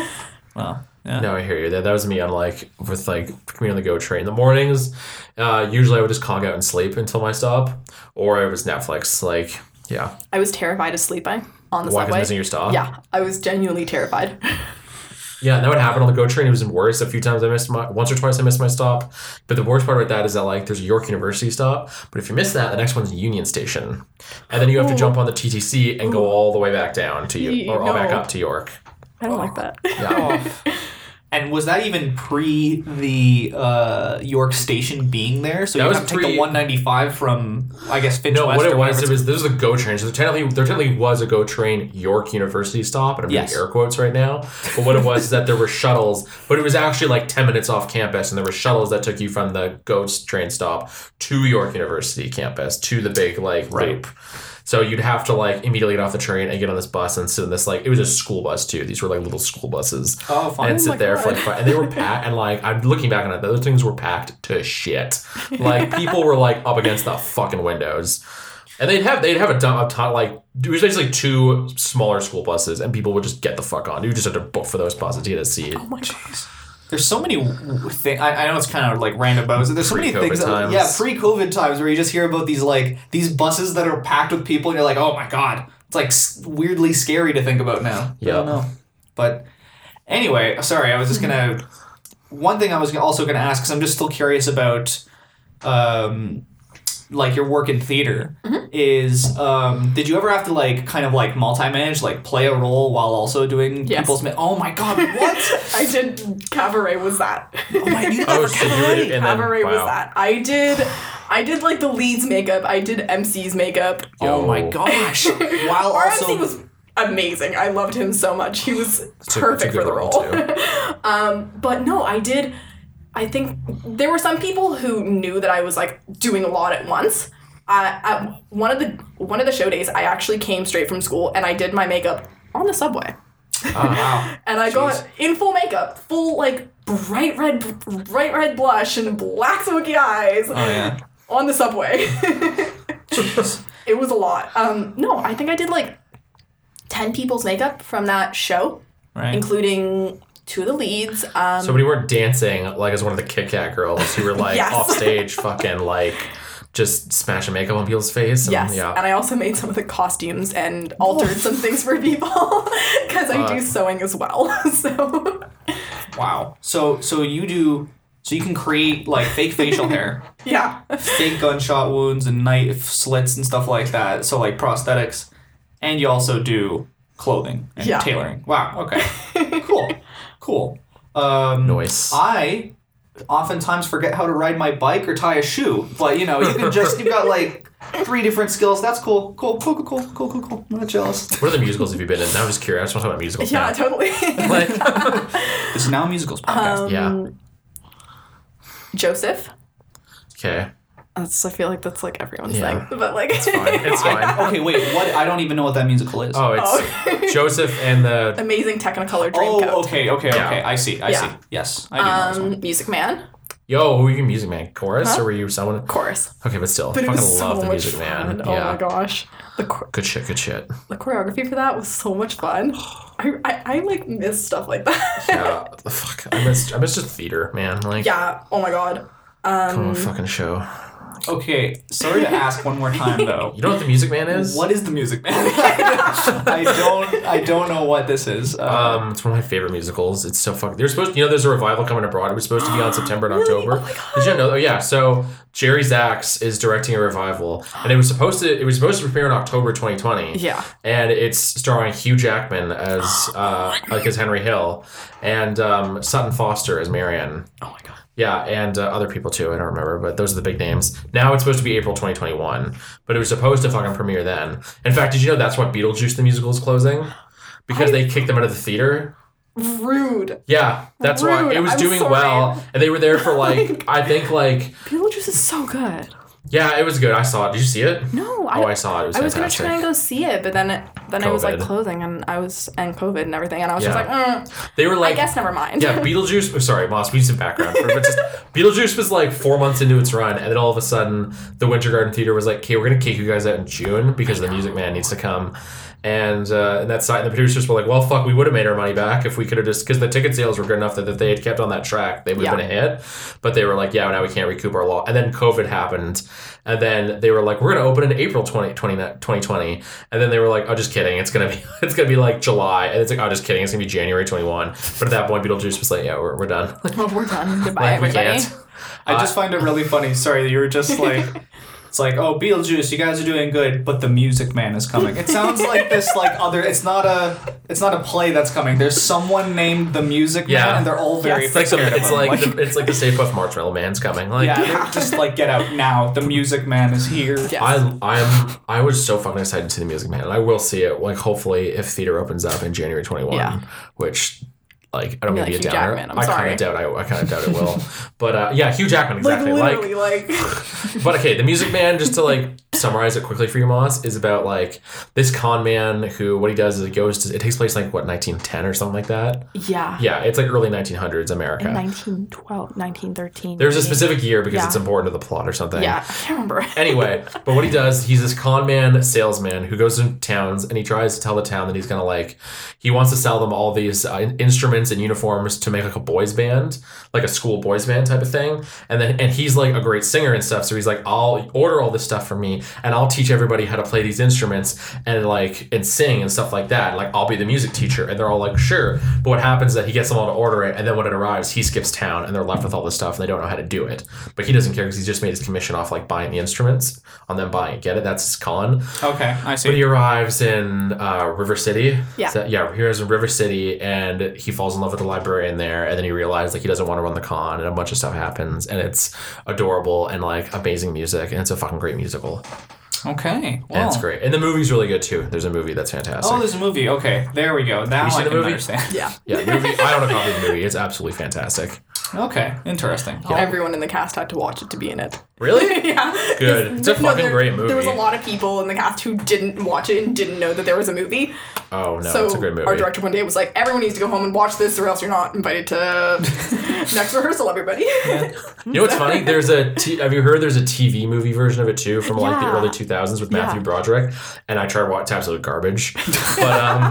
[SPEAKER 1] Wow. Yeah.
[SPEAKER 2] No, I hear you. That, that was me on like with like commuting on the go train in the mornings. Uh, usually I would just conk out and sleep until my stop, or it was Netflix. Like yeah,
[SPEAKER 3] I was terrified of sleeping on the
[SPEAKER 2] why is
[SPEAKER 3] subway.
[SPEAKER 2] missing your stop?
[SPEAKER 3] yeah, I was genuinely terrified.
[SPEAKER 2] Yeah, that would happen on the GO train. It was worse. A few times I missed my once or twice I missed my stop. But the worst part about that is that like there's a York University stop, but if you miss that, the next one's Union Station, and then you have to jump on the TTC and go all the way back down to you or all back
[SPEAKER 3] No.
[SPEAKER 2] up to York.
[SPEAKER 3] I don't like that.
[SPEAKER 2] Yeah.
[SPEAKER 1] And was that even pre the uh, York station being there? So
[SPEAKER 2] That
[SPEAKER 1] you
[SPEAKER 2] was
[SPEAKER 1] have to take
[SPEAKER 2] pre-
[SPEAKER 1] the 195 from I guess Finch
[SPEAKER 2] No,
[SPEAKER 1] West
[SPEAKER 2] what
[SPEAKER 1] or
[SPEAKER 2] it
[SPEAKER 1] whatever
[SPEAKER 2] was, it
[SPEAKER 1] it's-
[SPEAKER 2] was this is a GO train. So there technically there technically was a GO train York University stop, and I'm
[SPEAKER 1] Yes.
[SPEAKER 2] doing air quotes right now. But what it was is that there were shuttles, but it was actually like ten minutes off campus, and there were shuttles that took you from the GO train stop to York University campus to the big like
[SPEAKER 1] Right.
[SPEAKER 2] loop. So you'd have to like immediately get off the train and get on this bus and sit in this like it was a school bus too. These were like little school buses
[SPEAKER 1] oh fine.
[SPEAKER 2] and
[SPEAKER 3] Oh my
[SPEAKER 2] sit there for like
[SPEAKER 3] God.
[SPEAKER 2] five, and they were packed and like I'm looking back on it those things were packed to shit like people were like up against the fucking windows and they'd have they'd have a dump up top like it was basically two smaller school buses and people would just get the fuck on you just had to book for those buses to get a seat
[SPEAKER 3] Oh
[SPEAKER 1] There's so many things. I, I know it's kind of like random, but there's so many
[SPEAKER 2] Pre-COVID
[SPEAKER 1] things. That,
[SPEAKER 2] times.
[SPEAKER 1] yeah, pre-COVID times where you just hear about these like these buses that are packed with people, and you're like, oh my god, it's like s- weirdly scary to think about now. I
[SPEAKER 2] Yeah.
[SPEAKER 1] don't know. Hmm. But anyway, sorry, I was just gonna. One thing I was also gonna ask, because I'm just still curious about, um, like your work in theater is um did you ever have to like kind of like multi-manage like play a role while also doing
[SPEAKER 3] Yes.
[SPEAKER 1] people's ma- oh my god what
[SPEAKER 3] I did cabaret was that.
[SPEAKER 1] oh my you
[SPEAKER 2] oh so you would and then
[SPEAKER 3] cabaret was
[SPEAKER 2] wow.
[SPEAKER 3] that. I did I did like the leads makeup, I did MC's makeup.
[SPEAKER 1] Oh my
[SPEAKER 2] Yo.
[SPEAKER 1] gosh! While
[SPEAKER 3] Our
[SPEAKER 1] also,
[SPEAKER 3] MC was amazing. I loved him so much. He
[SPEAKER 2] It's
[SPEAKER 3] was
[SPEAKER 2] a- it's a
[SPEAKER 3] perfect
[SPEAKER 2] good
[SPEAKER 3] for the
[SPEAKER 2] role,
[SPEAKER 3] role.
[SPEAKER 2] too.
[SPEAKER 3] But no, I did I think there were some people who knew that I was like doing a lot at once. Uh, at one of the one of the show days, I actually came straight from school and I did my makeup on the subway.
[SPEAKER 2] Uh-huh.
[SPEAKER 1] wow.
[SPEAKER 3] and I got in full makeup, full like bright red,
[SPEAKER 2] Oh,
[SPEAKER 3] bright red blush and black smoky eyes
[SPEAKER 1] Oh yeah.
[SPEAKER 3] on the subway.
[SPEAKER 1] Jeez.
[SPEAKER 3] It was a lot. Um, no, I think I did like 10 people's makeup from that show,
[SPEAKER 1] Right.
[SPEAKER 3] including two of the leads. Um,
[SPEAKER 2] So when you were dancing, like as one of the Kit Kat girls, you were like
[SPEAKER 3] Yes.
[SPEAKER 2] off stage, fucking like just smashing makeup on people's face. And,
[SPEAKER 3] yes.
[SPEAKER 2] Yeah.
[SPEAKER 3] And I also made some of the costumes and altered some things for people because I do
[SPEAKER 2] Fuck.
[SPEAKER 3] sewing as well. so,
[SPEAKER 1] Wow. So so you do so you can create like fake facial hair,
[SPEAKER 3] yeah.
[SPEAKER 1] fake gunshot wounds and knife slits and stuff like that. So like prosthetics, and you also do clothing and
[SPEAKER 3] Yeah.
[SPEAKER 1] tailoring. Wow. Okay. cool. Cool. Um,
[SPEAKER 2] Noise.
[SPEAKER 1] I oftentimes forget how to ride my bike or tie a shoe, but you know you can just you've got like three different skills. That's cool. Cool. Cool. Cool. Cool. Cool. Cool. cool. I'm not jealous.
[SPEAKER 2] What are the musicals have you been in? I'm just curious. I just want to talk about musicals.
[SPEAKER 3] Yeah,
[SPEAKER 2] now.
[SPEAKER 3] totally.
[SPEAKER 2] Like,
[SPEAKER 1] This is now a musicals
[SPEAKER 3] Um,
[SPEAKER 1] podcast.
[SPEAKER 2] yeah.
[SPEAKER 3] Joseph.
[SPEAKER 2] Okay.
[SPEAKER 3] That's, I feel like that's like everyone's
[SPEAKER 2] Yeah.
[SPEAKER 3] thing. But like,
[SPEAKER 2] Fine. It's fine.
[SPEAKER 1] okay, wait. What? I don't even know what that musical is.
[SPEAKER 2] Oh, it's Joseph and the.
[SPEAKER 3] amazing Technicolor
[SPEAKER 1] Oh,
[SPEAKER 3] Dreamcoat.
[SPEAKER 1] okay, okay,
[SPEAKER 2] Yeah.
[SPEAKER 1] okay. I see, I
[SPEAKER 3] Yeah.
[SPEAKER 1] see. Yes, I do know this one.
[SPEAKER 3] Um, Music Man,
[SPEAKER 2] Yo, who were you Music Man? Chorus?
[SPEAKER 3] Huh?
[SPEAKER 2] Or were you someone?
[SPEAKER 3] chorus.
[SPEAKER 2] Okay, but still.
[SPEAKER 3] But it
[SPEAKER 2] fucking
[SPEAKER 3] was so
[SPEAKER 2] love the
[SPEAKER 3] much
[SPEAKER 2] Music
[SPEAKER 3] fun.
[SPEAKER 2] Man.
[SPEAKER 3] Oh
[SPEAKER 2] yeah.
[SPEAKER 3] my gosh, the chor-
[SPEAKER 2] Good shit, good shit.
[SPEAKER 3] the choreography for that was so much fun. I, I, I like miss stuff like that.
[SPEAKER 2] Yeah. Fuck. I missed, I missed just theater, man. Like,
[SPEAKER 3] yeah. Mm. Oh my god.
[SPEAKER 2] come on, fucking show.
[SPEAKER 1] Okay, sorry to ask one more time though.
[SPEAKER 2] You know what the Music Man is?
[SPEAKER 1] What is the music man? I don't, I don't know what this is. Um,
[SPEAKER 2] Um, it's one of my favorite musicals. It's so fucking. They're supposed, you know, there's a revival coming abroad. It was supposed to be on September and October. Did you know? Oh yeah. So Jerry Zaks is directing a revival, and it was supposed to. It was supposed to premiere in October 2020.
[SPEAKER 3] Yeah.
[SPEAKER 2] And it's starring Hugh Jackman as uh, like as Henry Hill, and um, Sutton Foster as Marion.
[SPEAKER 3] Oh my god.
[SPEAKER 2] Yeah, and uh, other people too. I don't remember, but those are the big names. Now it's supposed to be April 2021, but it was supposed to fucking premiere then. In fact, did you know that's why Beetlejuice the musical is closing? Because they kicked them out of the theater.
[SPEAKER 3] Rude.
[SPEAKER 2] Yeah, that's why
[SPEAKER 3] Rude,
[SPEAKER 2] it was
[SPEAKER 3] I'm
[SPEAKER 2] doing
[SPEAKER 3] sorry.
[SPEAKER 2] well, and they were there for like I think like
[SPEAKER 3] Beetlejuice is so good.
[SPEAKER 2] yeah, it was good. I saw it. Did you see it?
[SPEAKER 3] No,
[SPEAKER 2] Oh, I
[SPEAKER 3] I.
[SPEAKER 2] saw it. It was
[SPEAKER 3] I was gonna
[SPEAKER 2] fantastic.
[SPEAKER 3] try and go see it, but then it, then it was like
[SPEAKER 2] COVID.
[SPEAKER 3] closing, and I was and COVID and everything, and I was
[SPEAKER 2] Yeah.
[SPEAKER 3] just like, mm,
[SPEAKER 2] they were
[SPEAKER 3] I
[SPEAKER 2] like
[SPEAKER 3] guess never mind.
[SPEAKER 2] Yeah, Beetlejuice. Oh, sorry, Moss. We need some background. For, but just Beetlejuice was like four months into its run, and then all of a sudden, the Winter Garden Theater was like, "Okay, we're gonna kick you guys out in June because the Music Man needs to come." And uh, and that's and the producers were like, "Well, fuck, we would have made our money back if we could have just because the ticket sales were good enough that if they had kept on that track, they would have
[SPEAKER 3] Yeah.
[SPEAKER 2] been a hit." But they were like, "Yeah, now we can't recoup our loss." And then COVID happened, and then they were like, "We're gonna open in April 20, 20 2020. and then they were like, "Oh, just kidding. It's gonna be it's gonna be like July," and it's like, "Oh, just kidding. It's gonna be January twenty one." But at that point, Beetlejuice was like, "Yeah, we're, we're done. like,
[SPEAKER 3] Well, we're done. Goodbye,
[SPEAKER 2] we
[SPEAKER 3] everybody.
[SPEAKER 2] can't."
[SPEAKER 1] I just find it really funny. Sorry, that you were just like, it's like, oh, Beetlejuice, you guys are doing good, but the music man is coming. It sounds like this, like other. It's not a, it's not a play that's coming. There's someone named the music man,
[SPEAKER 2] Yeah.
[SPEAKER 1] and they're all very.
[SPEAKER 2] It's like some,
[SPEAKER 1] scared of
[SPEAKER 2] it's
[SPEAKER 1] him.
[SPEAKER 2] like the, it's like the Safe Puff Marshmallow Man's coming. Like,
[SPEAKER 1] yeah, they're just like get out now. The music man is here.
[SPEAKER 3] Yeah.
[SPEAKER 2] I I'm I was so fucking excited to see the Music Man, and I will see it. Like, hopefully, if theater opens up in January twenty one,
[SPEAKER 3] Yeah.
[SPEAKER 2] which. Like I don't
[SPEAKER 3] Yeah,
[SPEAKER 2] mean to be a
[SPEAKER 3] Hugh
[SPEAKER 2] downer.
[SPEAKER 3] Jackman, I'm
[SPEAKER 2] I kind
[SPEAKER 3] sorry.
[SPEAKER 2] of doubt. I, I kind of doubt it will. but uh, yeah, Hugh Jackman
[SPEAKER 3] like
[SPEAKER 2] exactly. like
[SPEAKER 3] literally, like,
[SPEAKER 2] But okay, the Music Man, just to like summarize it quickly for you, Moss, is about like this con man who what he does is it goes to it takes place like what 1910 or something like that.
[SPEAKER 3] yeah.
[SPEAKER 2] Yeah, it's like early 1900s America.
[SPEAKER 3] 1912, 1913.
[SPEAKER 2] There's a specific year because
[SPEAKER 3] Yeah.
[SPEAKER 2] it's important to the plot or something.
[SPEAKER 3] Yeah, I can't remember.
[SPEAKER 2] Anyway, but what he does, he's this con man salesman who goes to towns and he tries to tell the town that he's gonna like, he wants to sell them all these uh, in- instruments and uniforms to make like a boys band, like a school boys band type of thing. And then and he's like a great singer and stuff, so he's like, I'll order all this stuff for me and I'll teach everybody how to play these instruments and like and sing and stuff like that. Like I'll be the music teacher, and they're all like, sure. But what happens is that he gets them all to order it, and then when it arrives, he skips town, and they're left with all this stuff, and they don't know how to do it. But he doesn't care because he's just made his commission off like buying the instruments on them buying. it. Get it? That's his con.
[SPEAKER 1] Okay, I
[SPEAKER 2] But
[SPEAKER 1] see.
[SPEAKER 2] he arrives in uh, River City.
[SPEAKER 3] Yeah.
[SPEAKER 2] Is that- yeah. He arrives in River City, and he falls in love with the librarian there, and then he realizes like he doesn't want to run the con, and a bunch of stuff happens, and it's adorable and like amazing music, and it's a fucking great musical,
[SPEAKER 1] Okay, well,
[SPEAKER 2] and
[SPEAKER 3] Oh.
[SPEAKER 2] it's great, and the movie's really good too. There's a movie that's fantastic.
[SPEAKER 1] Oh, there's a movie. Okay, there we go. Now
[SPEAKER 2] you seen
[SPEAKER 1] I
[SPEAKER 2] the
[SPEAKER 1] can
[SPEAKER 2] movie?
[SPEAKER 1] understand.
[SPEAKER 3] Yeah.
[SPEAKER 2] Yeah, the movie. I own a copy of the movie. It's absolutely fantastic.
[SPEAKER 1] Okay, interesting.
[SPEAKER 3] Everyone in the cast had to watch it to be in it.
[SPEAKER 2] Really?
[SPEAKER 3] yeah.
[SPEAKER 2] Good. It's a
[SPEAKER 3] no,
[SPEAKER 2] fucking
[SPEAKER 3] there-
[SPEAKER 2] great
[SPEAKER 3] There was a
[SPEAKER 2] movie.
[SPEAKER 3] lot of people in the cast who didn't watch it and didn't know that there was a movie.
[SPEAKER 2] Oh no,
[SPEAKER 3] so
[SPEAKER 2] it's a great movie.
[SPEAKER 3] our director one day was like, "Everyone needs to go home and watch this, or else you're not invited to next rehearsal, everybody."
[SPEAKER 2] you know what's funny? There's a t- have you heard? There's a TV movie version of it too from like the
[SPEAKER 3] Yeah.
[SPEAKER 2] early 2000s with
[SPEAKER 3] Yeah.
[SPEAKER 2] Matthew Broderick, and I tried to watch it's absolute garbage. But um,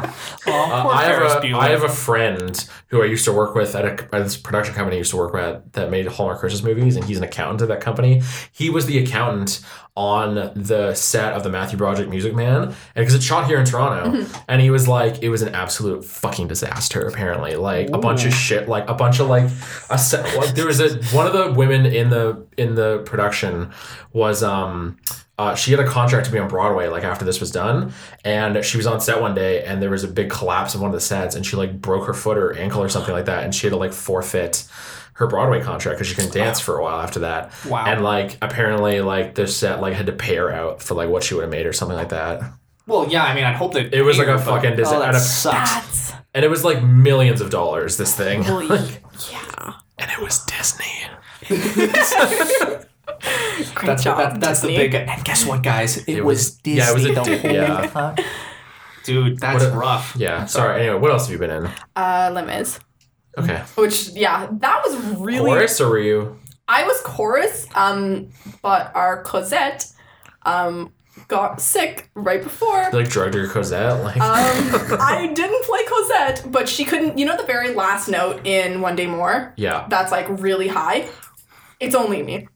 [SPEAKER 2] Uh,
[SPEAKER 1] Poor
[SPEAKER 2] I, have
[SPEAKER 1] Ferris
[SPEAKER 2] a,
[SPEAKER 1] Bueller.
[SPEAKER 2] I have a friend who I used to work with at, a, at this production company I used to work at that made Hallmark Christmas movies, and he's an accountant at that company. He was the accountant on the set of the Matthew Broderick Music Man, and because it shot here in Toronto, and he was like, it was an absolute fucking disaster. Apparently, like a bunch of shit, like a bunch of like a set. what- There was a one of the women in the in the production was um uh, she had a contract to be on Broadway like after this was done, and she was on set one day, and there was a big collapse of one of the sets, and she like broke her foot or ankle or something like that, and she had to like forfeit her Broadway contract because she couldn't dance for a while after that.
[SPEAKER 1] Wow.
[SPEAKER 2] And like apparently like the set like had to pay her out for like what she would have made or something like that.
[SPEAKER 1] Well, yeah, I mean, I'd hope that
[SPEAKER 2] It was like a fucking dis-
[SPEAKER 1] Oh, that
[SPEAKER 2] and a-
[SPEAKER 1] sucks.
[SPEAKER 3] That's
[SPEAKER 2] And it was like millions of dollars this thing,
[SPEAKER 3] really yeah.
[SPEAKER 2] and it was Disney.
[SPEAKER 3] Great
[SPEAKER 1] That's,
[SPEAKER 3] job.
[SPEAKER 1] that, that's the
[SPEAKER 3] Disney.
[SPEAKER 1] big. And guess what, guys? It,
[SPEAKER 2] It
[SPEAKER 1] was,
[SPEAKER 2] was- yeah, it was
[SPEAKER 1] Disney. the
[SPEAKER 2] a Di-
[SPEAKER 1] whole
[SPEAKER 2] yeah.
[SPEAKER 1] time. Dude, that's
[SPEAKER 2] What a-
[SPEAKER 1] rough.
[SPEAKER 2] Yeah. Sorry. Anyway, what else have you been in?
[SPEAKER 3] Uh, Lemons,
[SPEAKER 2] Okay.
[SPEAKER 3] which yeah, that was really.
[SPEAKER 2] Chorus or were you?
[SPEAKER 3] I was chorus, um, but our Cosette, um, got sick right before.
[SPEAKER 2] Like drugged your Cosette? Like
[SPEAKER 3] Um, I didn't play Cosette, but she couldn't. You know the very last note in One Day More.
[SPEAKER 2] yeah.
[SPEAKER 3] That's like really high. It's only me.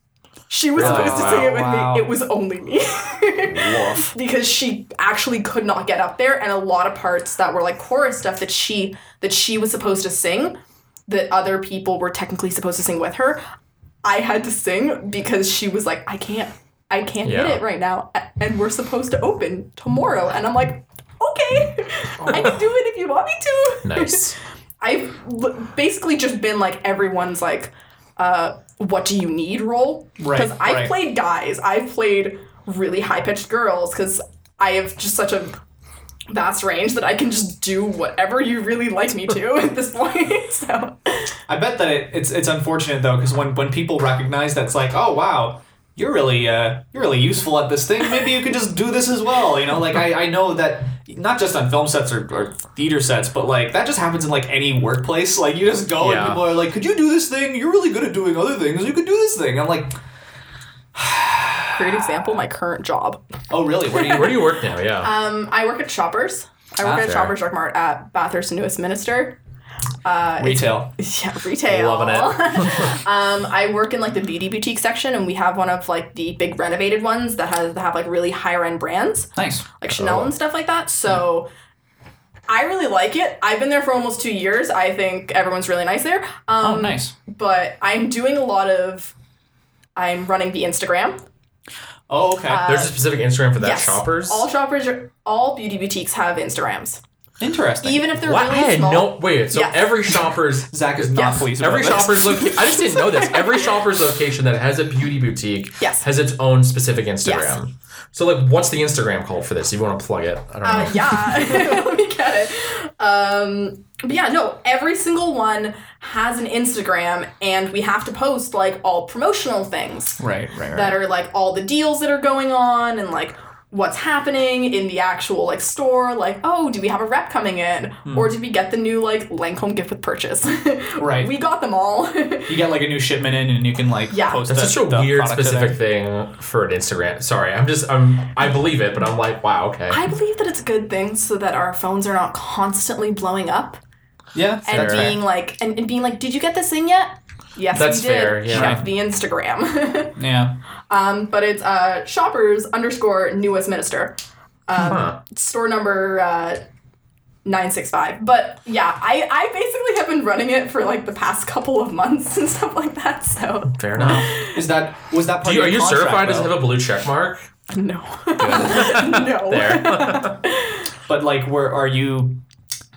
[SPEAKER 3] She was
[SPEAKER 2] Really?
[SPEAKER 3] supposed to sing it with
[SPEAKER 1] Wow.
[SPEAKER 3] me. It was only me.
[SPEAKER 1] Woof.
[SPEAKER 3] because she actually could not get up there and a lot of parts that were like chorus stuff that she that she was supposed to sing that other people were technically supposed to sing with her i had to sing because she was like i can't i can't
[SPEAKER 2] Yeah.
[SPEAKER 3] hit it right now A- and we're supposed to open tomorrow and i'm like okay i can do it if you want me to
[SPEAKER 2] Nice.
[SPEAKER 3] i've l- basically just been like everyone's like uh what do you need role
[SPEAKER 1] Right,
[SPEAKER 3] because i've
[SPEAKER 1] right.
[SPEAKER 3] played guys i've played really high-pitched girls because i have just such a vast range that i can just do whatever you really like me to at this point so
[SPEAKER 1] I bet that it, it's it's unfortunate though, because when when people recognize that's like, oh wow, you're really uh, you're really useful at this thing. Maybe you could just do this as well. You know, like I, I know that not just on film sets or, or theater sets, but like that just happens in like any workplace. Like you just go
[SPEAKER 2] Yeah.
[SPEAKER 1] and people are like, could you do this thing? You're really good at doing other things. You could do this thing. I'm like,
[SPEAKER 3] great example my current job
[SPEAKER 1] oh really? Where do you?
[SPEAKER 2] Where do you work now? Yeah.
[SPEAKER 3] um i work at shoppers i work
[SPEAKER 1] Ah,
[SPEAKER 3] at
[SPEAKER 2] fair.
[SPEAKER 3] shoppers drug mart at bathurst newest minister uh,
[SPEAKER 1] Retail.
[SPEAKER 3] Yeah, retail.
[SPEAKER 2] Loving
[SPEAKER 3] it. um, I work in like the beauty boutique section, and we have one of like the big renovated ones that has that have like really higher end brands,
[SPEAKER 1] Nice.
[SPEAKER 3] like
[SPEAKER 2] Oh.
[SPEAKER 3] Chanel and stuff like that. So.
[SPEAKER 2] Hmm.
[SPEAKER 3] I really like it. I've been there for almost two years. I think everyone's really nice there. Um,
[SPEAKER 1] Oh, nice.
[SPEAKER 3] But I'm doing a lot of. I'm running the Instagram.
[SPEAKER 1] Oh, okay.
[SPEAKER 3] Uh,
[SPEAKER 2] There's a specific Instagram for that.
[SPEAKER 3] yes,
[SPEAKER 2] Shoppers.
[SPEAKER 3] All shoppers, are, all beauty boutiques have Instagrams,
[SPEAKER 1] Interesting.
[SPEAKER 3] even if they're
[SPEAKER 2] What? I
[SPEAKER 3] really
[SPEAKER 2] had
[SPEAKER 3] small.
[SPEAKER 2] no. Wait. So
[SPEAKER 3] Yes.
[SPEAKER 2] every shoppers.
[SPEAKER 1] Zach is not
[SPEAKER 3] Yes.
[SPEAKER 1] pleased.
[SPEAKER 2] Every
[SPEAKER 1] about this.
[SPEAKER 2] shopper's location. I just didn't know this. Every shopper's location that has a beauty boutique
[SPEAKER 3] Yes.
[SPEAKER 2] has its own specific Instagram. So like, what's the Instagram called for this? If you want to plug it, I don't
[SPEAKER 3] Uh,
[SPEAKER 2] know.
[SPEAKER 3] yeah, let me get it. Um, but yeah, no, every single one has an Instagram, and we have to post like all promotional things
[SPEAKER 1] Right, right, right.
[SPEAKER 3] that are like all the deals that are going on and like what's happening in the actual like store. Like, oh, do we have a rep coming in,
[SPEAKER 1] Hmm.
[SPEAKER 3] or did we get the new like Lancome gift with purchase?
[SPEAKER 1] Right.
[SPEAKER 3] we got them all.
[SPEAKER 1] you get like a new shipment in, and you can like
[SPEAKER 3] Yeah.
[SPEAKER 1] post.
[SPEAKER 2] That's
[SPEAKER 1] the,
[SPEAKER 2] such a
[SPEAKER 1] the
[SPEAKER 2] weird
[SPEAKER 1] product to
[SPEAKER 2] specific
[SPEAKER 1] them.
[SPEAKER 2] thing for an Instagram. Sorry, I'm just I'm I believe it, but I'm like, wow, okay.
[SPEAKER 3] I believe that it's a good thing so that our phones are not constantly blowing up.
[SPEAKER 1] Yeah,
[SPEAKER 3] and
[SPEAKER 1] that's-
[SPEAKER 2] fair.
[SPEAKER 3] being like and, and being like did you get this thing yet yes
[SPEAKER 2] That's
[SPEAKER 3] we did
[SPEAKER 2] fair, yeah.
[SPEAKER 3] check the instagram
[SPEAKER 1] yeah.
[SPEAKER 3] um, but it's uh, shoppers underscore new westminster
[SPEAKER 2] Huh.
[SPEAKER 3] store number uh, 965 but yeah I, I basically have been running it for like the past couple of months and stuff like that so
[SPEAKER 2] Fair enough.
[SPEAKER 1] Is that was that
[SPEAKER 2] Do
[SPEAKER 1] part
[SPEAKER 2] you,
[SPEAKER 1] of
[SPEAKER 2] are
[SPEAKER 1] your
[SPEAKER 2] you
[SPEAKER 1] contract,
[SPEAKER 2] certified? Does it
[SPEAKER 1] though?
[SPEAKER 2] have a blue check mark?
[SPEAKER 3] no no
[SPEAKER 2] There.
[SPEAKER 1] But like, where are you?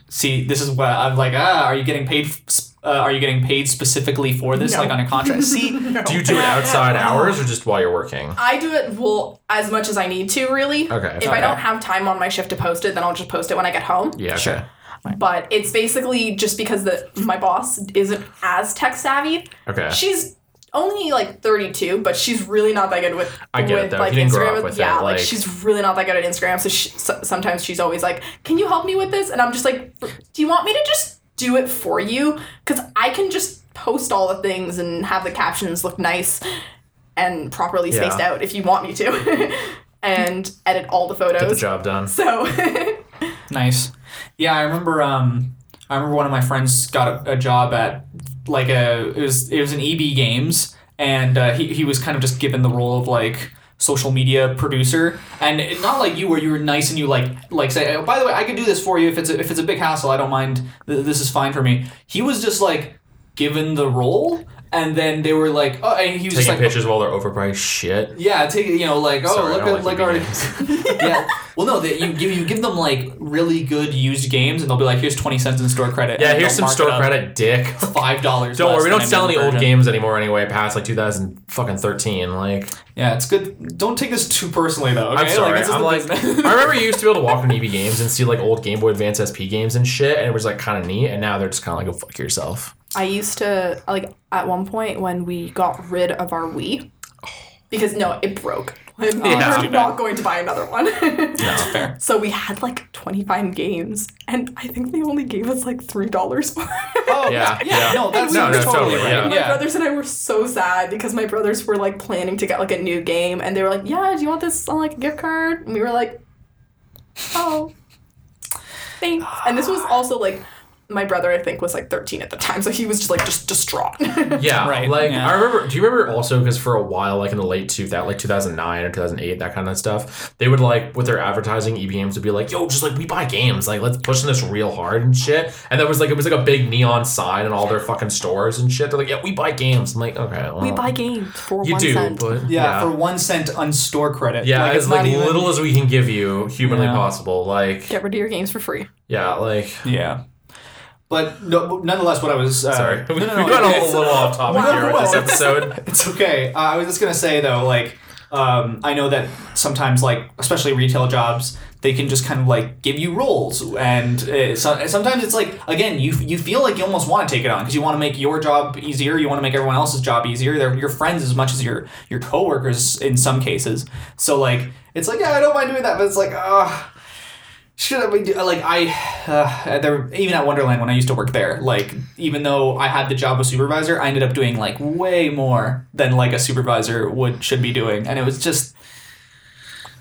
[SPEAKER 1] See, this is what I'm like. Ah, are you getting paid? f- Uh, are you getting paid specifically for this,
[SPEAKER 3] No.
[SPEAKER 1] like on a contract? See,
[SPEAKER 2] Do you do it outside hours or just while you're working?
[SPEAKER 3] I do it well as much as I need to, really.
[SPEAKER 2] Okay, okay.
[SPEAKER 3] If I don't have time on my shift to post it, then I'll just post it when I get home.
[SPEAKER 2] Yeah. Okay.
[SPEAKER 1] Sure.
[SPEAKER 3] but it's basically just because the my boss isn't as tech savvy.
[SPEAKER 2] Okay.
[SPEAKER 3] She's only like 32, but she's really not that good with
[SPEAKER 2] I get it,
[SPEAKER 3] with,
[SPEAKER 2] though.
[SPEAKER 3] like
[SPEAKER 2] He didn't
[SPEAKER 3] Instagram.
[SPEAKER 2] grow up with it,
[SPEAKER 3] yeah, like,
[SPEAKER 2] like-
[SPEAKER 3] she's really not that good at Instagram. So, she, so sometimes she's always like, "Can you help me with this?" And I'm just like, "Do you want me to just do it for you? Because I can just post all the things and have the captions look nice and properly spaced
[SPEAKER 2] Yeah.
[SPEAKER 3] out if you want me to, and edit all the
[SPEAKER 2] Get the
[SPEAKER 3] photos."
[SPEAKER 2] job done.
[SPEAKER 3] So
[SPEAKER 1] Nice. Yeah, I remember. Um, I remember one of my friends got a, a job at like a it was it was an EB Games, and uh, he he was kind of just given the role of like social media producer, and it- not like you where you were nice and you like like say, oh, by the way, I could do this for you if it's a, if it's a big hassle, I don't mind. Th- This is fine for me. He was just like given the role, and then they were like, oh, and he was just
[SPEAKER 2] Taking
[SPEAKER 1] like,
[SPEAKER 2] pictures while they're overpriced. Shit.
[SPEAKER 1] yeah, take you know like oh
[SPEAKER 2] Sorry, I
[SPEAKER 1] look
[SPEAKER 2] don't
[SPEAKER 1] at like
[SPEAKER 2] like
[SPEAKER 1] our
[SPEAKER 2] EB
[SPEAKER 1] yeah. Well, no, that you give you give them like really good used games, and they'll be like, "Here's twenty cents in store credit."
[SPEAKER 2] Yeah,
[SPEAKER 1] and
[SPEAKER 2] here's
[SPEAKER 1] they'll
[SPEAKER 2] some
[SPEAKER 1] mark
[SPEAKER 2] store
[SPEAKER 1] it up
[SPEAKER 2] credit, dick.
[SPEAKER 1] Five dollars.
[SPEAKER 2] Don't worry,
[SPEAKER 1] less
[SPEAKER 2] we don't
[SPEAKER 1] than
[SPEAKER 2] sell
[SPEAKER 1] any
[SPEAKER 2] any
[SPEAKER 1] other
[SPEAKER 2] old
[SPEAKER 1] version.
[SPEAKER 2] games anymore anyway. Past like 2013, like
[SPEAKER 1] Yeah, it's good. Don't take this too personally though. Okay?
[SPEAKER 2] I'm sorry.
[SPEAKER 1] Like, this is
[SPEAKER 2] I'm
[SPEAKER 1] the
[SPEAKER 2] like,
[SPEAKER 1] business.
[SPEAKER 2] I remember you used to be able to walk on EB Games and see like old Game Boy Advance SP games and shit, and it was like kind of neat. And now they're just kind of like, go fuck yourself.
[SPEAKER 3] I used to like at one point when we got rid of our Wii because no, it broke. Like,
[SPEAKER 1] that's
[SPEAKER 3] We're
[SPEAKER 1] too bad.
[SPEAKER 3] not going to buy another one.
[SPEAKER 1] That's fair.
[SPEAKER 3] So we had like 25 games, and I think they only gave us like three dollars for it.
[SPEAKER 1] Oh
[SPEAKER 2] Yeah,
[SPEAKER 1] yeah, yeah.
[SPEAKER 2] yeah.
[SPEAKER 1] No, that's
[SPEAKER 3] No, no,
[SPEAKER 1] totally
[SPEAKER 2] totally,
[SPEAKER 1] right.
[SPEAKER 3] My
[SPEAKER 1] Yeah.
[SPEAKER 3] brothers and I were so sad because my brothers were like planning to get like a new game, and they were like, "Yeah, do you want this on like a gift card?" And we were like, "Oh, thanks." And this was also like my brother, I think, was like 13 at the time, so he was just like just distraught.
[SPEAKER 2] Yeah,
[SPEAKER 1] Right,
[SPEAKER 2] Like
[SPEAKER 1] yeah.
[SPEAKER 2] I remember. Do you remember also because for a while, like in the late two that like two thousand nine or two thousand eight, that kind of stuff, they would like with their advertising, EB Games would be like, "Yo, just like we buy games, like let's push this real hard and shit." And that was like it was like a big neon sign in all their fucking stores and shit. They're like, "Yeah, we buy games." I'm like, okay,
[SPEAKER 3] we
[SPEAKER 2] well,
[SPEAKER 3] buy games for
[SPEAKER 2] Um, You
[SPEAKER 3] one
[SPEAKER 2] do,
[SPEAKER 3] cent.
[SPEAKER 2] but
[SPEAKER 1] Yeah,
[SPEAKER 2] yeah,
[SPEAKER 1] for one cent on store credit.
[SPEAKER 2] Yeah,
[SPEAKER 1] like,
[SPEAKER 2] as
[SPEAKER 1] it's
[SPEAKER 2] like
[SPEAKER 1] not even-
[SPEAKER 2] little as we can give you humanly
[SPEAKER 1] Yeah.
[SPEAKER 2] possible. Like
[SPEAKER 3] get rid of your games for free.
[SPEAKER 2] yeah, like
[SPEAKER 1] Yeah, but no, nonetheless, what I was uh,
[SPEAKER 2] sorry,
[SPEAKER 1] no,
[SPEAKER 2] we,
[SPEAKER 1] no, no,
[SPEAKER 2] we got a
[SPEAKER 1] it's-
[SPEAKER 2] little off topic
[SPEAKER 1] Wow.
[SPEAKER 2] here with this episode.
[SPEAKER 1] It's okay. Uh, I was just gonna say though, like, um, I know that sometimes, like, especially retail jobs, they can just kind of like give you roles, and uh, so, sometimes it's like, again, you you feel like you almost want to take it on because you want to make your job easier, you want to make everyone else's job easier. They're your friends as much as your your coworkers in some cases. So like, it's like, yeah, I don't mind doing that, but it's like, ah. should I be do- like I uh, there even at Wonderland when I used to work there like even though I had the job of supervisor I ended up doing like way more than like a supervisor would should be doing and it was just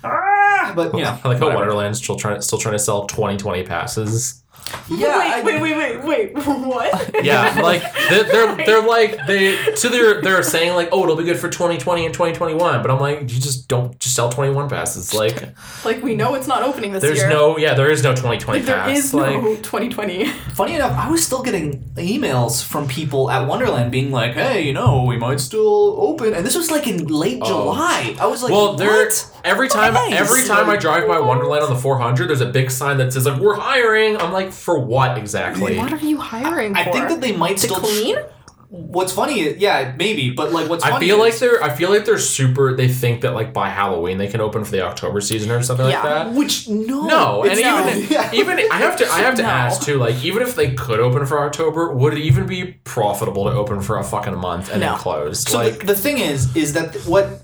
[SPEAKER 1] ah, but you know
[SPEAKER 2] like oh, how
[SPEAKER 1] whatever.
[SPEAKER 2] Wonderland's still trying still trying to sell 2020 passes.
[SPEAKER 1] yeah I-
[SPEAKER 3] wait, wait, wait, wait, wait. What?
[SPEAKER 2] Yeah, like they're, they're they're like they so they're they're saying like oh it'll be good for 2020 and 2021, but I'm like you just don't just sell 21 passes. Like
[SPEAKER 3] like we know it's not opening this
[SPEAKER 2] there's
[SPEAKER 3] year.
[SPEAKER 2] no yeah there is no 2020
[SPEAKER 3] Like, there
[SPEAKER 2] pass.
[SPEAKER 3] is
[SPEAKER 2] like
[SPEAKER 3] no 2020.
[SPEAKER 1] funny enough I was still getting emails from people at Wonderland being like hey you know we might still open and this was like in late July I was like
[SPEAKER 2] Oh. well there
[SPEAKER 1] what?
[SPEAKER 2] every time
[SPEAKER 1] Nice.
[SPEAKER 2] every time I drive by Wonderland on the 400, there's a big sign that says like we're hiring. I'm like for what exactly?
[SPEAKER 3] What are you hiring
[SPEAKER 1] I
[SPEAKER 3] for?
[SPEAKER 1] think that they might
[SPEAKER 3] to
[SPEAKER 1] still
[SPEAKER 3] clean.
[SPEAKER 1] what's funny is yeah maybe but like what's
[SPEAKER 2] I
[SPEAKER 1] funny
[SPEAKER 2] feel
[SPEAKER 1] is-
[SPEAKER 2] like they're I feel like they're super they think that like by Halloween they can open for the October season or something
[SPEAKER 3] Yeah.
[SPEAKER 2] like that.
[SPEAKER 1] Which no,
[SPEAKER 2] No, and
[SPEAKER 1] It's not.
[SPEAKER 2] even even I have to I have to ask too. Like, even if they could open for October, would it even be profitable to open for a fucking month and
[SPEAKER 3] No.
[SPEAKER 2] then close?
[SPEAKER 1] So
[SPEAKER 2] like,
[SPEAKER 1] the, the thing is, is that what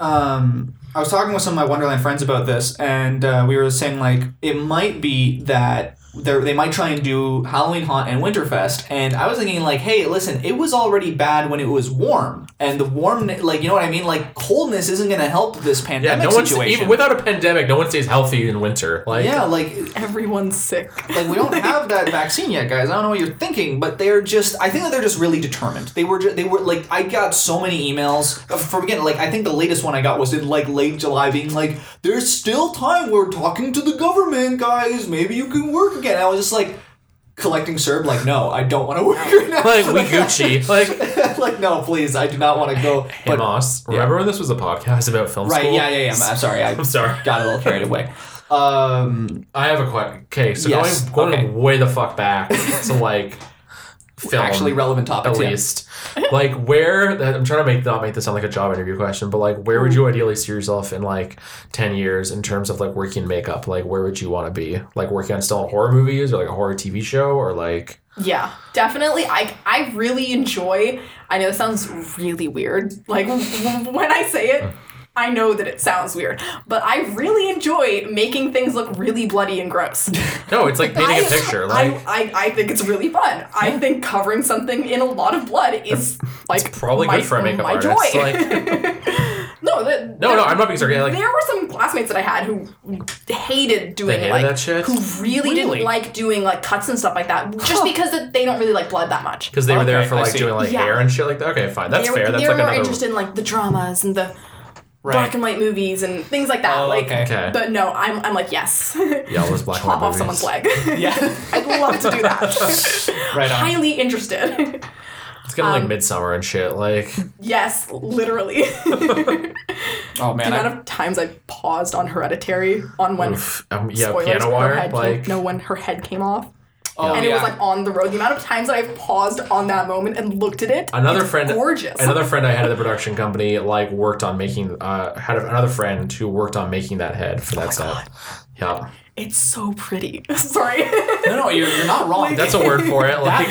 [SPEAKER 1] um, I was talking with some of my Wonderland friends about this, and uh, we were saying like it might be that they they might try and do Halloween Haunt and Winterfest, and I was thinking like, hey, listen, it was already bad when it was warm, and the warm, like you know what I mean, like coldness isn't gonna help this
[SPEAKER 2] yeah,
[SPEAKER 1] pandemic
[SPEAKER 2] no one's
[SPEAKER 1] situation.
[SPEAKER 2] even without a pandemic, no one stays healthy in winter. Like,
[SPEAKER 1] yeah, like
[SPEAKER 3] Everyone's sick.
[SPEAKER 1] Like we don't have that vaccine yet, guys. I don't know what you're thinking, but they're just. I think that they're just really determined. They were. Just, they were like. I got so many emails uh, from again. Like I think the latest one I got was in like late July, being like, "There's still time. We're talking to the government, guys. Maybe you can work again." And I was just like, collecting Serb. Like, no, I don't want to work right now.
[SPEAKER 2] like we Gucci, like
[SPEAKER 1] like, no, please, I do not want to go. But,
[SPEAKER 2] Hamas. Remember when this was a podcast about film
[SPEAKER 1] right?
[SPEAKER 2] school?
[SPEAKER 1] Yeah, yeah, yeah. I'm, I'm sorry. I
[SPEAKER 2] I'm sorry.
[SPEAKER 1] got a little carried away. Um,
[SPEAKER 2] I have a question. Okay, so
[SPEAKER 1] Yes,
[SPEAKER 2] going going
[SPEAKER 1] okay.
[SPEAKER 2] way the fuck back to like film
[SPEAKER 1] actually relevant
[SPEAKER 2] at
[SPEAKER 1] topics. yeah.
[SPEAKER 2] least. like where I'm trying to make not make this sound like a job interview question, but like where would you ideally see yourself in like ten years in terms of like working makeup? Like where would you want to be? Like working on still on horror movies or like a horror TV show or like
[SPEAKER 3] Yeah, definitely. I I really enjoy. I know it sounds really weird. Like when I say it, I know that it sounds weird, but I really enjoy making things look really bloody and gross.
[SPEAKER 2] no, it's like painting a picture. Like
[SPEAKER 3] I, I, I think it's really fun. I think covering something in a lot of blood is like
[SPEAKER 2] probably
[SPEAKER 3] my,
[SPEAKER 2] good for a makeup
[SPEAKER 3] my
[SPEAKER 2] artist.
[SPEAKER 3] joy.
[SPEAKER 2] Like
[SPEAKER 3] no, the,
[SPEAKER 2] no, no, I'm not being sarcastic. Like
[SPEAKER 3] there were some classmates that I had who hated doing
[SPEAKER 2] hated
[SPEAKER 3] like
[SPEAKER 2] that shit?
[SPEAKER 3] who really,
[SPEAKER 2] Really?
[SPEAKER 3] didn't like doing like cuts and stuff like that just because that they don't really like blood that much.
[SPEAKER 2] because they were there
[SPEAKER 1] Okay,
[SPEAKER 2] for
[SPEAKER 1] I
[SPEAKER 2] like
[SPEAKER 1] see.
[SPEAKER 2] doing like
[SPEAKER 3] Yeah.
[SPEAKER 2] hair and shit like that. Okay, fine, that's
[SPEAKER 3] they were,
[SPEAKER 2] fair. That's
[SPEAKER 3] they were
[SPEAKER 2] like
[SPEAKER 3] more
[SPEAKER 2] another.
[SPEAKER 3] interested in like the dramas and the black
[SPEAKER 1] Right.
[SPEAKER 3] and white movies and things like that.
[SPEAKER 1] Oh,
[SPEAKER 3] like,
[SPEAKER 1] okay.
[SPEAKER 2] Okay.
[SPEAKER 3] but no, I'm I'm like yes,
[SPEAKER 2] yeah, all those black and
[SPEAKER 3] chop
[SPEAKER 2] white
[SPEAKER 3] off
[SPEAKER 2] movies.
[SPEAKER 3] someone's leg.
[SPEAKER 1] Yeah.
[SPEAKER 3] I'd love to do that.
[SPEAKER 1] right on.
[SPEAKER 3] Highly interested.
[SPEAKER 2] It's kind of
[SPEAKER 3] Um,
[SPEAKER 2] like midsummer and shit. Like
[SPEAKER 3] yes, literally. the
[SPEAKER 1] Oh man, I-
[SPEAKER 3] amount of times I paused on Hereditary on when
[SPEAKER 2] oof, um, yeah,
[SPEAKER 3] spoilers,
[SPEAKER 2] piano
[SPEAKER 3] her
[SPEAKER 2] wire.
[SPEAKER 3] head
[SPEAKER 2] Like
[SPEAKER 3] came, no when her head came off.
[SPEAKER 1] oh
[SPEAKER 3] and
[SPEAKER 1] yeah.
[SPEAKER 3] it was like on the road. The amount of times that I've paused on that moment and looked at it.
[SPEAKER 2] another
[SPEAKER 3] it's
[SPEAKER 2] friend
[SPEAKER 3] gorgeous.
[SPEAKER 2] another friend i had at the production company like worked on making uh had another friend who worked on making that head
[SPEAKER 3] Oh
[SPEAKER 2] for that set yeah
[SPEAKER 3] it's so pretty. Sorry.
[SPEAKER 1] no, no, you're, you're not wrong.
[SPEAKER 2] that's a word for it like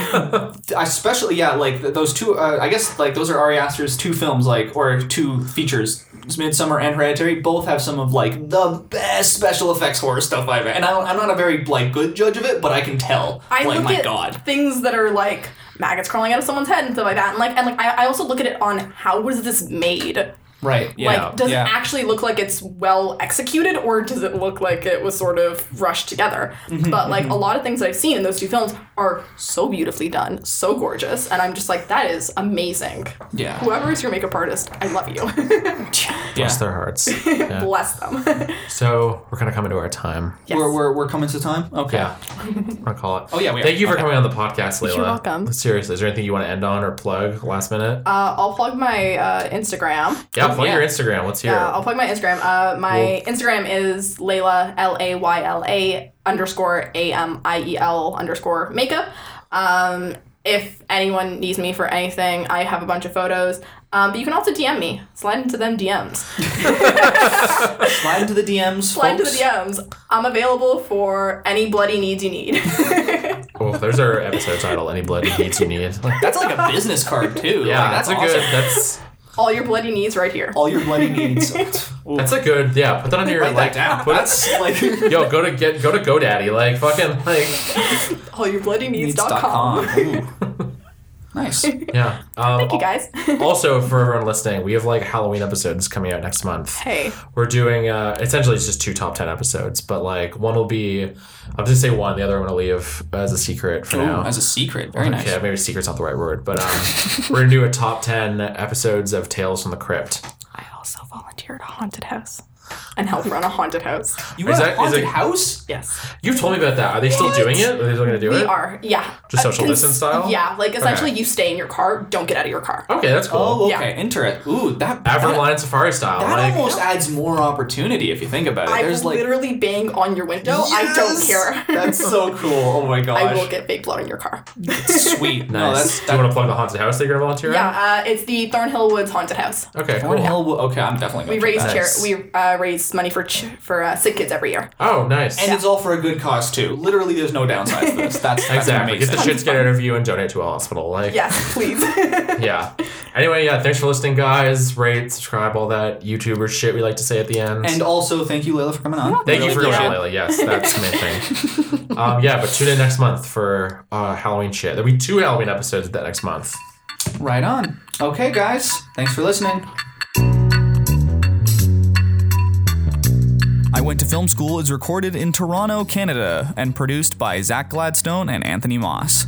[SPEAKER 1] especially yeah like th- those two uh, i guess like those are ari aster's two films like or two features It's midsummer and hereditary both have some of like the best special effects horror stuff i've and I don't, i'm not a very like good judge of it but i can tell
[SPEAKER 3] I
[SPEAKER 1] like
[SPEAKER 3] look
[SPEAKER 1] Oh my
[SPEAKER 3] at
[SPEAKER 1] god
[SPEAKER 3] things that are like maggots crawling out of someone's head and stuff like that, and like and like I, I also look at it on how was this made?
[SPEAKER 1] right yeah
[SPEAKER 3] Like, does
[SPEAKER 1] yeah.
[SPEAKER 3] it actually look like it's well executed, or does it look like it was sort of rushed together?
[SPEAKER 1] Mm-hmm,
[SPEAKER 3] but like a lot of things that I've seen in those two films are so beautifully done, so gorgeous, and I'm just like, that is amazing.
[SPEAKER 1] yeah
[SPEAKER 3] Whoever is your makeup artist, I love you.
[SPEAKER 1] yeah.
[SPEAKER 2] bless their hearts Yeah.
[SPEAKER 3] Bless them.
[SPEAKER 2] so we're kind of coming to our time
[SPEAKER 3] Yes.
[SPEAKER 1] We're, we're, we're coming to time okay
[SPEAKER 2] yeah i'm gonna call it
[SPEAKER 1] Oh, yeah, we are.
[SPEAKER 2] thank you for
[SPEAKER 1] Okay.
[SPEAKER 2] coming on the podcast Layla.
[SPEAKER 3] You're welcome.
[SPEAKER 2] seriously is there anything you want to end on or plug last minute
[SPEAKER 3] Uh, I'll plug my uh, Instagram.
[SPEAKER 2] yeah plug
[SPEAKER 1] yeah.
[SPEAKER 2] your instagram let's hear
[SPEAKER 3] Yeah, I'll
[SPEAKER 2] it
[SPEAKER 3] plug my Instagram. Uh, my Instagram is Layla L A Y L A underscore A M I E L underscore makeup. Um, if anyone needs me for anything, I have a bunch of photos. Um, but you can also DM me. Slide into them DMs.
[SPEAKER 1] slide into the dms
[SPEAKER 3] Slide into the
[SPEAKER 1] folks.
[SPEAKER 3] DMs. I'm available for any bloody needs you need.
[SPEAKER 2] oh there's our episode title any bloody needs you need
[SPEAKER 1] that's like a business card too
[SPEAKER 2] yeah
[SPEAKER 1] Like,
[SPEAKER 2] that's,
[SPEAKER 1] that's,
[SPEAKER 2] a
[SPEAKER 1] awesome.
[SPEAKER 2] good that's
[SPEAKER 3] All your bloody needs right here.
[SPEAKER 1] all your bloody needs Ooh.
[SPEAKER 2] that's a good yeah put that on your
[SPEAKER 1] write
[SPEAKER 2] like
[SPEAKER 1] that down
[SPEAKER 2] put it,
[SPEAKER 1] that's like
[SPEAKER 2] Yo, go to get go to GoDaddy, like fucking like
[SPEAKER 3] All your bloody needs.com.
[SPEAKER 1] needs.com. Ooh. nice
[SPEAKER 2] yeah. Um,
[SPEAKER 3] Thank you guys.
[SPEAKER 2] Also, for everyone listening, we have like Halloween episodes coming out next month.
[SPEAKER 3] hey.
[SPEAKER 2] We're doing uh, essentially it's just two top ten episodes, but like one will be I'll just say one, the other one will leave as a secret for
[SPEAKER 1] Ooh,
[SPEAKER 2] now.
[SPEAKER 1] as a secret very nice
[SPEAKER 2] Okay, maybe secret's not the right word, but um, we're gonna do a top ten episodes of Tales from the Crypt.
[SPEAKER 3] I also volunteer at a haunted house and help run a haunted house.
[SPEAKER 1] You
[SPEAKER 2] Is
[SPEAKER 1] have
[SPEAKER 2] that-
[SPEAKER 1] a
[SPEAKER 2] is
[SPEAKER 1] haunted
[SPEAKER 2] it-
[SPEAKER 1] house?
[SPEAKER 3] Yes.
[SPEAKER 2] You told me about that. Are they still doing it? Are they still gonna do
[SPEAKER 3] We
[SPEAKER 2] it?
[SPEAKER 3] are, yeah.
[SPEAKER 2] Just
[SPEAKER 3] Uh,
[SPEAKER 2] social
[SPEAKER 3] it's-
[SPEAKER 2] distance style?
[SPEAKER 3] Yeah, like essentially you stay in your car, don't get out of your car.
[SPEAKER 2] Okay, that's cool.
[SPEAKER 1] Oh,
[SPEAKER 3] Yeah.
[SPEAKER 1] okay. Enter it. Ooh, that
[SPEAKER 2] Avro
[SPEAKER 1] that,
[SPEAKER 2] Lion Safari style.
[SPEAKER 1] that
[SPEAKER 2] like,
[SPEAKER 1] almost adds more opportunity if you think about it.
[SPEAKER 3] I
[SPEAKER 1] There's
[SPEAKER 3] will
[SPEAKER 1] like
[SPEAKER 3] literally bang on your window. I don't
[SPEAKER 1] Yes!
[SPEAKER 3] care.
[SPEAKER 1] That's so cool. Oh my gosh.
[SPEAKER 3] I will get fake blood in your car.
[SPEAKER 1] Sweet. No,
[SPEAKER 2] nice.
[SPEAKER 1] that's
[SPEAKER 2] Do you want
[SPEAKER 1] that,
[SPEAKER 2] to plug the haunted house that you're gonna volunteer at?
[SPEAKER 3] Yeah, uh, it's the Thornhill Woods Haunted House.
[SPEAKER 2] Okay,
[SPEAKER 1] Thorn
[SPEAKER 2] cool.
[SPEAKER 1] Hill will- okay, I'm definitely
[SPEAKER 3] We
[SPEAKER 1] gonna check
[SPEAKER 3] raise
[SPEAKER 1] that.
[SPEAKER 2] check
[SPEAKER 3] chari-
[SPEAKER 2] Nice.
[SPEAKER 3] we uh, raise money for ch- for uh, sick kids every year.
[SPEAKER 2] Oh, nice.
[SPEAKER 1] And it's all for a good cause too. Literally there's no downsides to this. That's, that's
[SPEAKER 2] Exactly. Get
[SPEAKER 1] amazing.
[SPEAKER 2] the shit scared out of you and donate to a hospital. Like,
[SPEAKER 3] Yes, please.
[SPEAKER 2] yeah. Anyway, yeah. Thanks for listening, guys. Rate, subscribe, all that YouTuber shit we like to say at the end.
[SPEAKER 1] and also thank you, Layla, for coming on.
[SPEAKER 2] thank
[SPEAKER 1] Really
[SPEAKER 2] you for coming
[SPEAKER 1] appreciate
[SPEAKER 2] on,
[SPEAKER 1] it.
[SPEAKER 2] Layla. Yes, that's the main thing. Um, yeah, but tune in next month for uh, Halloween shit. There'll be two Halloween episodes that next month.
[SPEAKER 1] Right on. Okay, guys. Thanks for listening. I Went to Film School is recorded in Toronto, Canada, and produced by Zach Gladstone and Anthony Moss.